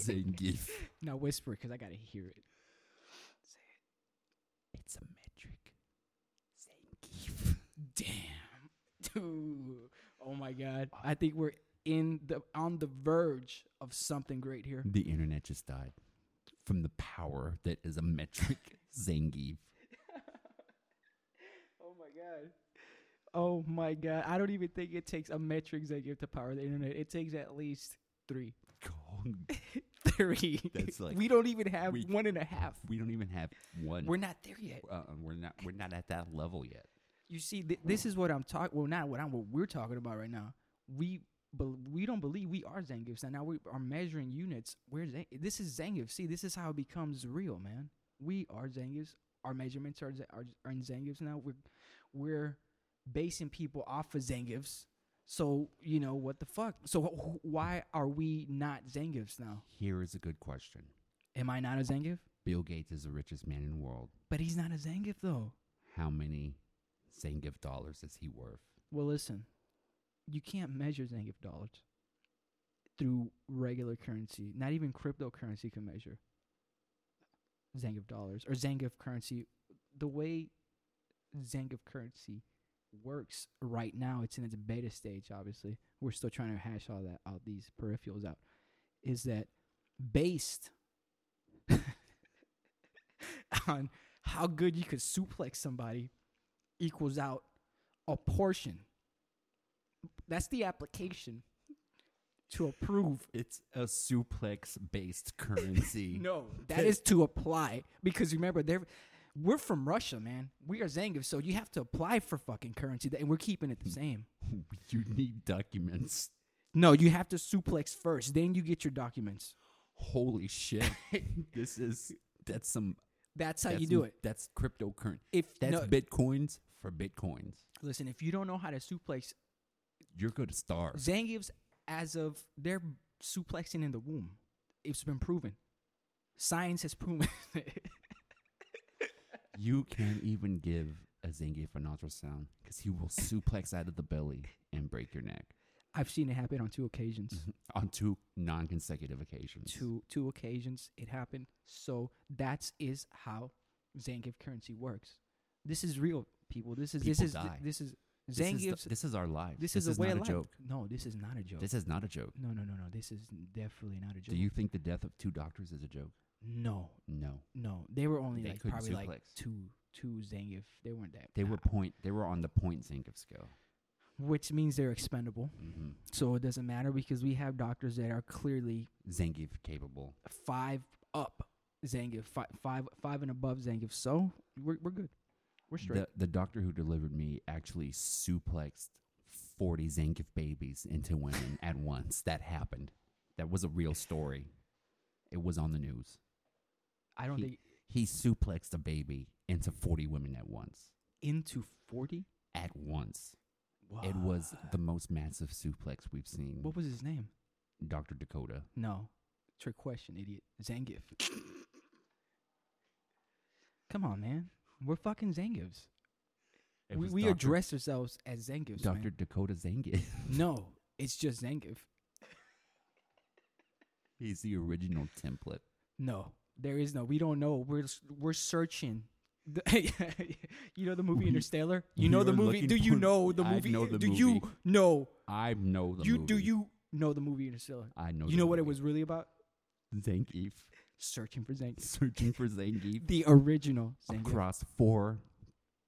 [SPEAKER 1] Zangief.
[SPEAKER 2] Now whisper, cause I gotta hear it.
[SPEAKER 1] It's a metric. Zangief.
[SPEAKER 2] Damn, dude. Oh my god. I think we're in the on the verge of something great here.
[SPEAKER 1] The internet just died from the power that is a metric Zangief.
[SPEAKER 2] Oh my god. Oh my god. I don't even think it takes a metric Zangief to power the internet. It takes at least three.
[SPEAKER 1] Gone.
[SPEAKER 2] Three.
[SPEAKER 1] That's like-
[SPEAKER 2] we don't even have
[SPEAKER 1] we-
[SPEAKER 2] one and a half.
[SPEAKER 1] We don't even have one.
[SPEAKER 2] We're not there yet.
[SPEAKER 1] uh, we're not. We're not at that level yet.
[SPEAKER 2] You see, th- this is what I'm talking. Well, not what I'm. What we're talking about right now. We, bel we don't believe we are Zangiefs, and now we are measuring units. We're Zang- this is Zangief. See, this is how it becomes real, man. We are Zangiefs. Our measurements are Z- are, are in Zangiefs now. We're we're basing people off of Zangiefs. So you know what the fuck. So wh- wh- why are we not Zangiefs now?
[SPEAKER 1] Here is a good question.
[SPEAKER 2] Am I not a Zangief?
[SPEAKER 1] Bill Gates is the richest man in the world.
[SPEAKER 2] But he's not a Zangief though.
[SPEAKER 1] How many Zangief dollars is he worth?
[SPEAKER 2] Well, listen, you can't measure Zangief dollars through regular currency. Not even cryptocurrency can measure Zangief dollars or Zangief currency. The way Zangief currency works right now, it's in its beta stage, obviously. We're still trying to hash all that all these peripherals out. Is that based on how good you could suplex somebody equals out a portion. That's the application to approve.
[SPEAKER 1] It's a suplex based currency.
[SPEAKER 2] No, that is to apply because remember they're we're from Russia, man. We are Zangief, so you have to apply for fucking currency, and we're keeping it the same.
[SPEAKER 1] You need documents.
[SPEAKER 2] No, you have to suplex first, then you get your documents.
[SPEAKER 1] Holy shit. this is that's some
[SPEAKER 2] That's how
[SPEAKER 1] that's
[SPEAKER 2] you do
[SPEAKER 1] some-
[SPEAKER 2] it.
[SPEAKER 1] That's cryptocurrency.
[SPEAKER 2] If
[SPEAKER 1] That's
[SPEAKER 2] no,
[SPEAKER 1] bitcoins for bitcoins.
[SPEAKER 2] listen, if you don't know how to suplex,
[SPEAKER 1] You're going to starve.
[SPEAKER 2] Zangief's as of they're suplexing in the womb. It's been proven. Science has proven.
[SPEAKER 1] You can't even give a Zangief an ultrasound because he will suplex out of the belly and break your neck
[SPEAKER 2] I've seen it happen on two occasions.
[SPEAKER 1] on two non consecutive occasions.
[SPEAKER 2] two two occasions it happened so that is how zangief currency works this is real people this is this
[SPEAKER 1] People
[SPEAKER 2] is th-
[SPEAKER 1] die.
[SPEAKER 2] this is
[SPEAKER 1] This is, the-
[SPEAKER 2] zangief's this,
[SPEAKER 1] this is our life.
[SPEAKER 2] is, a way
[SPEAKER 1] not
[SPEAKER 2] of
[SPEAKER 1] a
[SPEAKER 2] life
[SPEAKER 1] joke.
[SPEAKER 2] no this is not a joke
[SPEAKER 1] This is not a joke.
[SPEAKER 2] no no no no this is definitely not a joke
[SPEAKER 1] Do you think the death of two doctors is a joke?
[SPEAKER 2] no
[SPEAKER 1] No.
[SPEAKER 2] no they were only
[SPEAKER 1] They
[SPEAKER 2] like
[SPEAKER 1] couldn't
[SPEAKER 2] probably like
[SPEAKER 1] suplex.
[SPEAKER 2] two two zangief they weren't that
[SPEAKER 1] They
[SPEAKER 2] nah.
[SPEAKER 1] were point. They were on the point Zangief scale.
[SPEAKER 2] which means they're expendable
[SPEAKER 1] Mm-hmm.
[SPEAKER 2] so it doesn't matter because we have doctors that are clearly
[SPEAKER 1] Zangief capable.
[SPEAKER 2] five up zangief five five five and above zangief so we're, we're good we're straight
[SPEAKER 1] The, the doctor who delivered me actually suplexed 40 Zangief babies into women at once. That happened. That was a real story. It was on the news.
[SPEAKER 2] I don't
[SPEAKER 1] He-
[SPEAKER 2] think
[SPEAKER 1] He suplexed a baby into 40 women at once.
[SPEAKER 2] into forty.
[SPEAKER 1] At once. It was the most massive suplex we've seen.
[SPEAKER 2] What was his name?
[SPEAKER 1] Dr. Dakota.
[SPEAKER 2] No, trick question, idiot. Zangief. Come on, man. We're fucking Zangiefs.
[SPEAKER 1] It
[SPEAKER 2] we
[SPEAKER 1] was
[SPEAKER 2] we
[SPEAKER 1] Dr.
[SPEAKER 2] address ourselves as Zangiefs.
[SPEAKER 1] Dr.
[SPEAKER 2] man.
[SPEAKER 1] Dakota Zangief.
[SPEAKER 2] No, it's just Zangief.
[SPEAKER 1] He's the original template.
[SPEAKER 2] No, there is no. We don't know. We're s- we're searching. The- you know the movie
[SPEAKER 1] We-
[SPEAKER 2] Interstellar. You
[SPEAKER 1] we
[SPEAKER 2] know the
[SPEAKER 1] were
[SPEAKER 2] movie.
[SPEAKER 1] looking
[SPEAKER 2] Do you
[SPEAKER 1] for-
[SPEAKER 2] know the
[SPEAKER 1] I
[SPEAKER 2] movie?
[SPEAKER 1] know the
[SPEAKER 2] do you
[SPEAKER 1] movie.
[SPEAKER 2] know?
[SPEAKER 1] I know the
[SPEAKER 2] you
[SPEAKER 1] movie.
[SPEAKER 2] do you know the movie Interstellar?
[SPEAKER 1] I know.
[SPEAKER 2] you
[SPEAKER 1] the
[SPEAKER 2] know what it
[SPEAKER 1] movie.
[SPEAKER 2] was really about?
[SPEAKER 1] Zangief
[SPEAKER 2] Searching for Zangief.
[SPEAKER 1] searching for Zangief
[SPEAKER 2] The original Zangief.
[SPEAKER 1] across four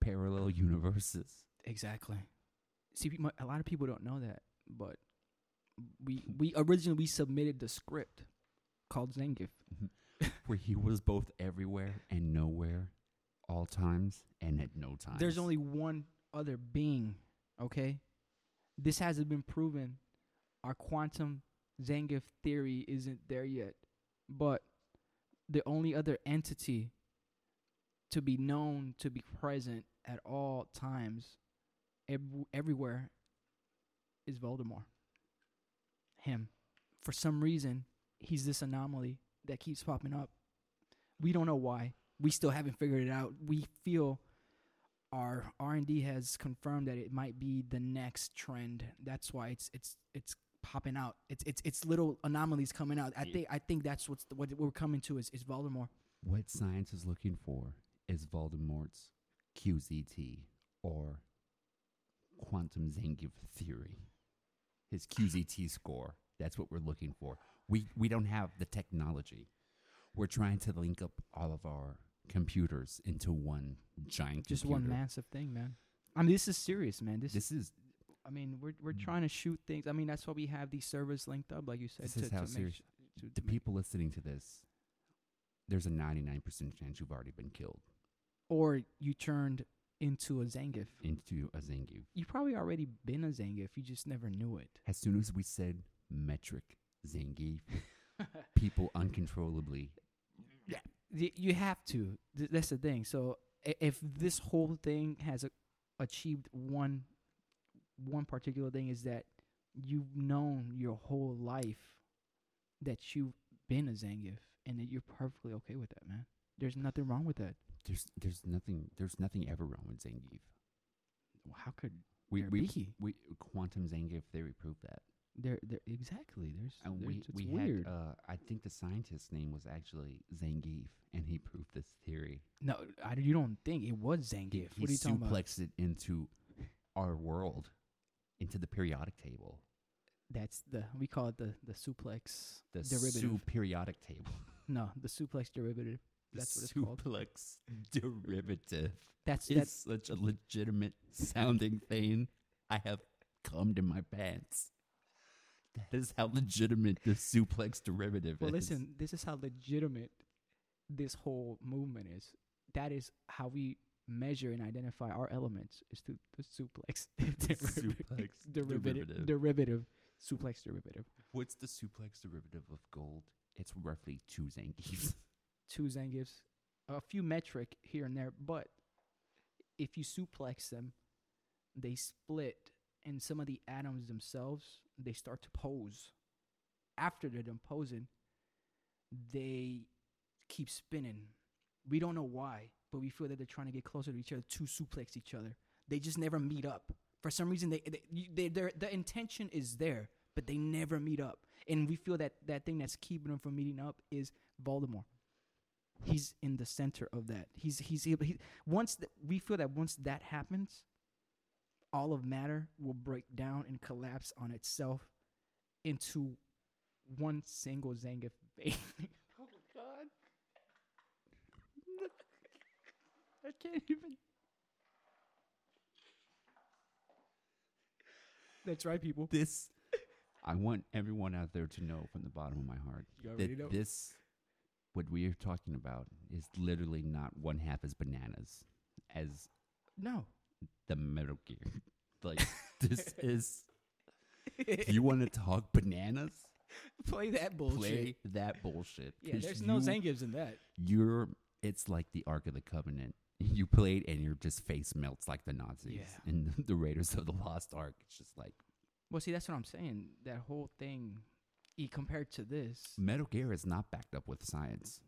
[SPEAKER 1] parallel universes.
[SPEAKER 2] Exactly. See, we mu- a lot of people don't know that, but we we originally we submitted the script called Zangief.
[SPEAKER 1] where he was both everywhere and nowhere, all times and at no time.
[SPEAKER 2] There's only one other being. Okay, this hasn't been proven. Our quantum Zangief theory isn't there yet, but the only other entity to be known to be present at all times, ev- everywhere, is Voldemort. Him, for some reason, he's this anomaly that keeps popping up. We don't know why. We still haven't figured it out. We feel our R and D has confirmed that it might be the next trend. That's why it's it's it's popping out. It's it's it's little anomalies coming out. I
[SPEAKER 1] Yeah.
[SPEAKER 2] think I think that's what's what we're coming to is is Voldemort.
[SPEAKER 1] what science is looking for is Voldemort's QZT or quantum Zangief theory. His QZT score. That's what we're looking for. We we don't have the technology. We're trying to link up all of our computers into one giant
[SPEAKER 2] just one
[SPEAKER 1] computer.
[SPEAKER 2] massive thing, man. I mean, this is serious, man. This,
[SPEAKER 1] This is
[SPEAKER 2] I mean, we're we're
[SPEAKER 1] Mm.
[SPEAKER 2] trying to shoot things. I mean, that's why we have these servers linked up, like you said.
[SPEAKER 1] This
[SPEAKER 2] to,
[SPEAKER 1] is how
[SPEAKER 2] to
[SPEAKER 1] serious-
[SPEAKER 2] Make, su- to,
[SPEAKER 1] the
[SPEAKER 2] to make-
[SPEAKER 1] people listening to this, there's a 99% chance you've already been killed
[SPEAKER 2] or you turned into a Zangief.
[SPEAKER 1] into a Zangief.
[SPEAKER 2] You probably already been a Zangief. You just never knew it.
[SPEAKER 1] As soon as we said metric Zangief, people uncontrollably.
[SPEAKER 2] Y- you have to. Th- that's the thing. So i- if this whole thing has a- achieved one one particular thing is that you've known your whole life that you've been a Zangief and that you're perfectly okay with that, man. There's nothing wrong with that.
[SPEAKER 1] There's there's nothing there's nothing ever wrong with Zangief.
[SPEAKER 2] Well, How could
[SPEAKER 1] We
[SPEAKER 2] there
[SPEAKER 1] we,
[SPEAKER 2] be?
[SPEAKER 1] we quantum Zangief theory proved that.
[SPEAKER 2] There, there exactly. There's,
[SPEAKER 1] And
[SPEAKER 2] there's
[SPEAKER 1] we
[SPEAKER 2] it's
[SPEAKER 1] we
[SPEAKER 2] weird.
[SPEAKER 1] had uh, I think the scientist's name was actually Zangief, and he proved this theory.
[SPEAKER 2] no, I, you don't think it was
[SPEAKER 1] He-
[SPEAKER 2] Zangief.
[SPEAKER 1] he
[SPEAKER 2] What are you talking about?
[SPEAKER 1] suplexed it into our world, into the periodic table.
[SPEAKER 2] That's the we call it the the suplex
[SPEAKER 1] the
[SPEAKER 2] derivative.
[SPEAKER 1] Su periodic table.
[SPEAKER 2] no, the suplex derivative. That's what it's called.
[SPEAKER 1] Suplex derivative.
[SPEAKER 2] That's
[SPEAKER 1] It's
[SPEAKER 2] that's
[SPEAKER 1] such a legitimate sounding thing. I have cummed in my pants. That is how legitimate the suplex derivative
[SPEAKER 2] Well,
[SPEAKER 1] is.
[SPEAKER 2] listen, this is how legitimate this whole movement is. That is how we measure and identify our elements is through the suplex derivative.
[SPEAKER 1] Suplex derivative.
[SPEAKER 2] derivative derivative suplex derivative.
[SPEAKER 1] What's the suplex derivative of gold? It's roughly two Zangiefs.
[SPEAKER 2] Two Zangiefs, a few metric here and there, but if you suplex them, they split and some of the atoms themselves, they start to pose. After they're done posing, they keep spinning. We don't know why, but we feel that they're trying to get closer to each other to suplex each other. They just never meet up. For some reason, they, they, you- they their the intention is there, but they never meet up. And we feel that that thing that's keeping them from meeting up is Voldemort. He's in the center of that. He's he's able. He, once th- we feel that once that happens, all of matter will break down and collapse on itself into one single Zangief vein. oh God! I can't even. That's right, people.
[SPEAKER 1] this, I want everyone out there to know from the bottom of my heart
[SPEAKER 2] Oh, You already know.
[SPEAKER 1] that this, what we are talking about, is literally not one half as bananas as
[SPEAKER 2] No.
[SPEAKER 1] the Metal Gear. Like this is. If you want to talk bananas,
[SPEAKER 2] Play that bullshit.
[SPEAKER 1] play that bullshit.
[SPEAKER 2] Yeah,
[SPEAKER 1] 'cause
[SPEAKER 2] there's no
[SPEAKER 1] you-
[SPEAKER 2] Zangiefs in that.
[SPEAKER 1] You're. It's like the Ark of the Covenant. You play it and your just face melts like the Nazis
[SPEAKER 2] Yeah.
[SPEAKER 1] and the Raiders of the Lost Ark. It's just like
[SPEAKER 2] Well, see, that's what I'm saying. That whole thing, e compared to this,
[SPEAKER 1] Metal Gear is not backed up with science.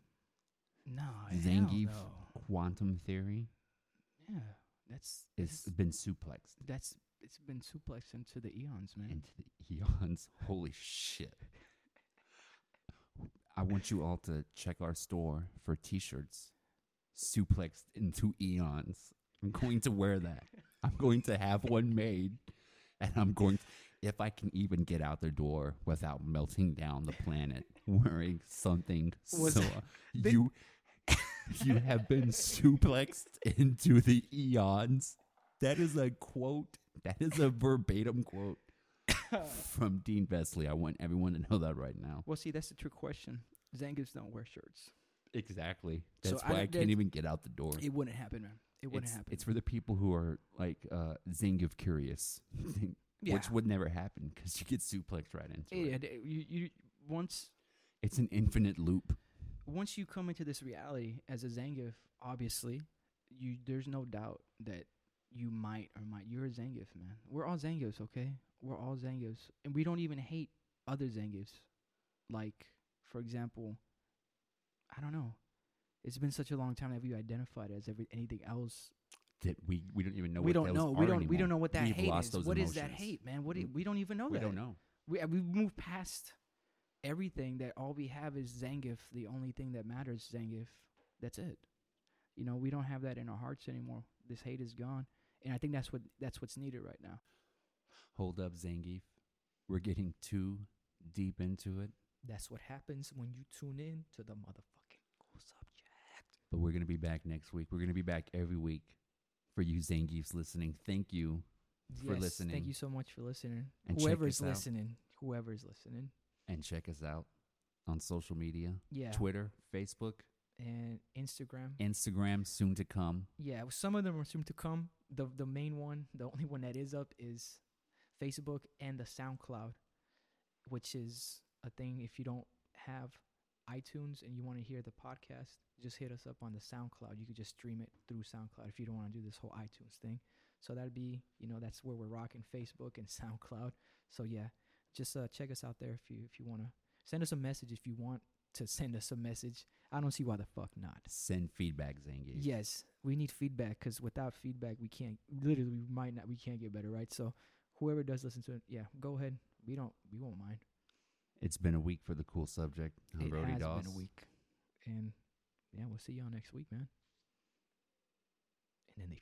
[SPEAKER 2] no,
[SPEAKER 1] Zangief.
[SPEAKER 2] Zangief.
[SPEAKER 1] Quantum theory
[SPEAKER 2] Yeah, that's
[SPEAKER 1] has
[SPEAKER 2] that's-
[SPEAKER 1] been suplexed
[SPEAKER 2] that's it's been suplexed into the eons, man.
[SPEAKER 1] into the eons. Holy shit. I want you all to check our store for t-shirts suplexed into eons. I'm going to wear that. I'm going to have one made and I'm going to, if I can even get out the door without melting down the planet wearing something
[SPEAKER 3] Was-
[SPEAKER 1] so
[SPEAKER 3] they-
[SPEAKER 1] you you have been suplexed into the eons. That is a quote. That is a verbatim quote from Dean Vesley. I want everyone to know that right now.
[SPEAKER 2] Well, see, that's the trick question. Zangiefs don't wear shirts.
[SPEAKER 1] Exactly.
[SPEAKER 2] So
[SPEAKER 1] That's
[SPEAKER 2] I
[SPEAKER 1] why I,
[SPEAKER 2] don't-
[SPEAKER 1] can't
[SPEAKER 2] that-
[SPEAKER 1] even get out the door.
[SPEAKER 2] It wouldn't happen, man. It wouldn't
[SPEAKER 1] it's,
[SPEAKER 2] happen.
[SPEAKER 1] it's for the people who are like uh, Zangief curious,
[SPEAKER 2] yeah.
[SPEAKER 1] which would never happen because you get suplexed right into
[SPEAKER 2] Yeah,
[SPEAKER 1] it.
[SPEAKER 2] yeah, d- you, you once
[SPEAKER 1] It's an infinite loop.
[SPEAKER 2] once you come into this reality as a Zangief, obviously, you there's no doubt that you might or might you're a Zangief, man. We're all Zangiefs, okay? We're all Zangiefs, and we don't even hate other Zangiefs. Like, for example, I don't know. It's been such a long time that we identified as every anything else.
[SPEAKER 1] That we, we don't even know.
[SPEAKER 2] we
[SPEAKER 1] what
[SPEAKER 2] don't
[SPEAKER 1] those
[SPEAKER 2] know. We
[SPEAKER 1] are
[SPEAKER 2] don't. We
[SPEAKER 1] anymore.
[SPEAKER 2] don't know what that
[SPEAKER 1] We've
[SPEAKER 2] hate
[SPEAKER 1] lost
[SPEAKER 2] is.
[SPEAKER 1] those
[SPEAKER 2] What is that
[SPEAKER 1] emotions.
[SPEAKER 2] hate, man? What do,
[SPEAKER 1] Mm.
[SPEAKER 2] we don't even know
[SPEAKER 1] we
[SPEAKER 2] that.
[SPEAKER 1] don't know.
[SPEAKER 2] We uh, we moved past everything that all we have is Zangief. The only thing that matters is Zangief. That's it. You know, we don't have that in our hearts anymore. This hate is gone, and I think that's what that's what's needed right now.
[SPEAKER 1] Hold up, Zangief. We're getting too deep into it,
[SPEAKER 3] That's what happens when you tune in to the motherfucking cool subject.
[SPEAKER 1] but we're gonna be back next week. We're gonna be back every week for you Zangiefs listening. Thank you. For
[SPEAKER 3] Yes,
[SPEAKER 1] listening.
[SPEAKER 3] Thank you so much for listening.
[SPEAKER 1] And check
[SPEAKER 3] whoever
[SPEAKER 1] us
[SPEAKER 3] is
[SPEAKER 1] out.
[SPEAKER 3] listening, whoever is listening.
[SPEAKER 1] and check us out on social media
[SPEAKER 3] Yeah.
[SPEAKER 1] Twitter, Facebook,
[SPEAKER 3] and Instagram.
[SPEAKER 1] Instagram, soon to come.
[SPEAKER 3] yeah, some of them are soon to come. The the main one, the only one that is up is Facebook and the SoundCloud, which is a thing if you don't have iTunes and you want to hear the podcast, just hit us up on the SoundCloud. You could just stream it through SoundCloud if you don't want to do this whole iTunes thing. So that'd be, you know, that's where we're rocking Facebook and SoundCloud. So yeah, just uh, check us out there if you if you want to send us a message if you want to send us a message. I don't see why the fuck not.
[SPEAKER 1] Send feedback, Zangief.
[SPEAKER 3] Yes, we need feedback because without feedback, we can't. Literally, we might not. We can't get better, right? So, whoever does listen to it, yeah, go ahead. We don't. We won't mind.
[SPEAKER 1] It's been a week for the cool subject. I'm
[SPEAKER 3] it
[SPEAKER 1] Brody
[SPEAKER 3] has
[SPEAKER 1] Dawes.
[SPEAKER 3] been a week, and yeah, we'll see y'all next week, man. And then they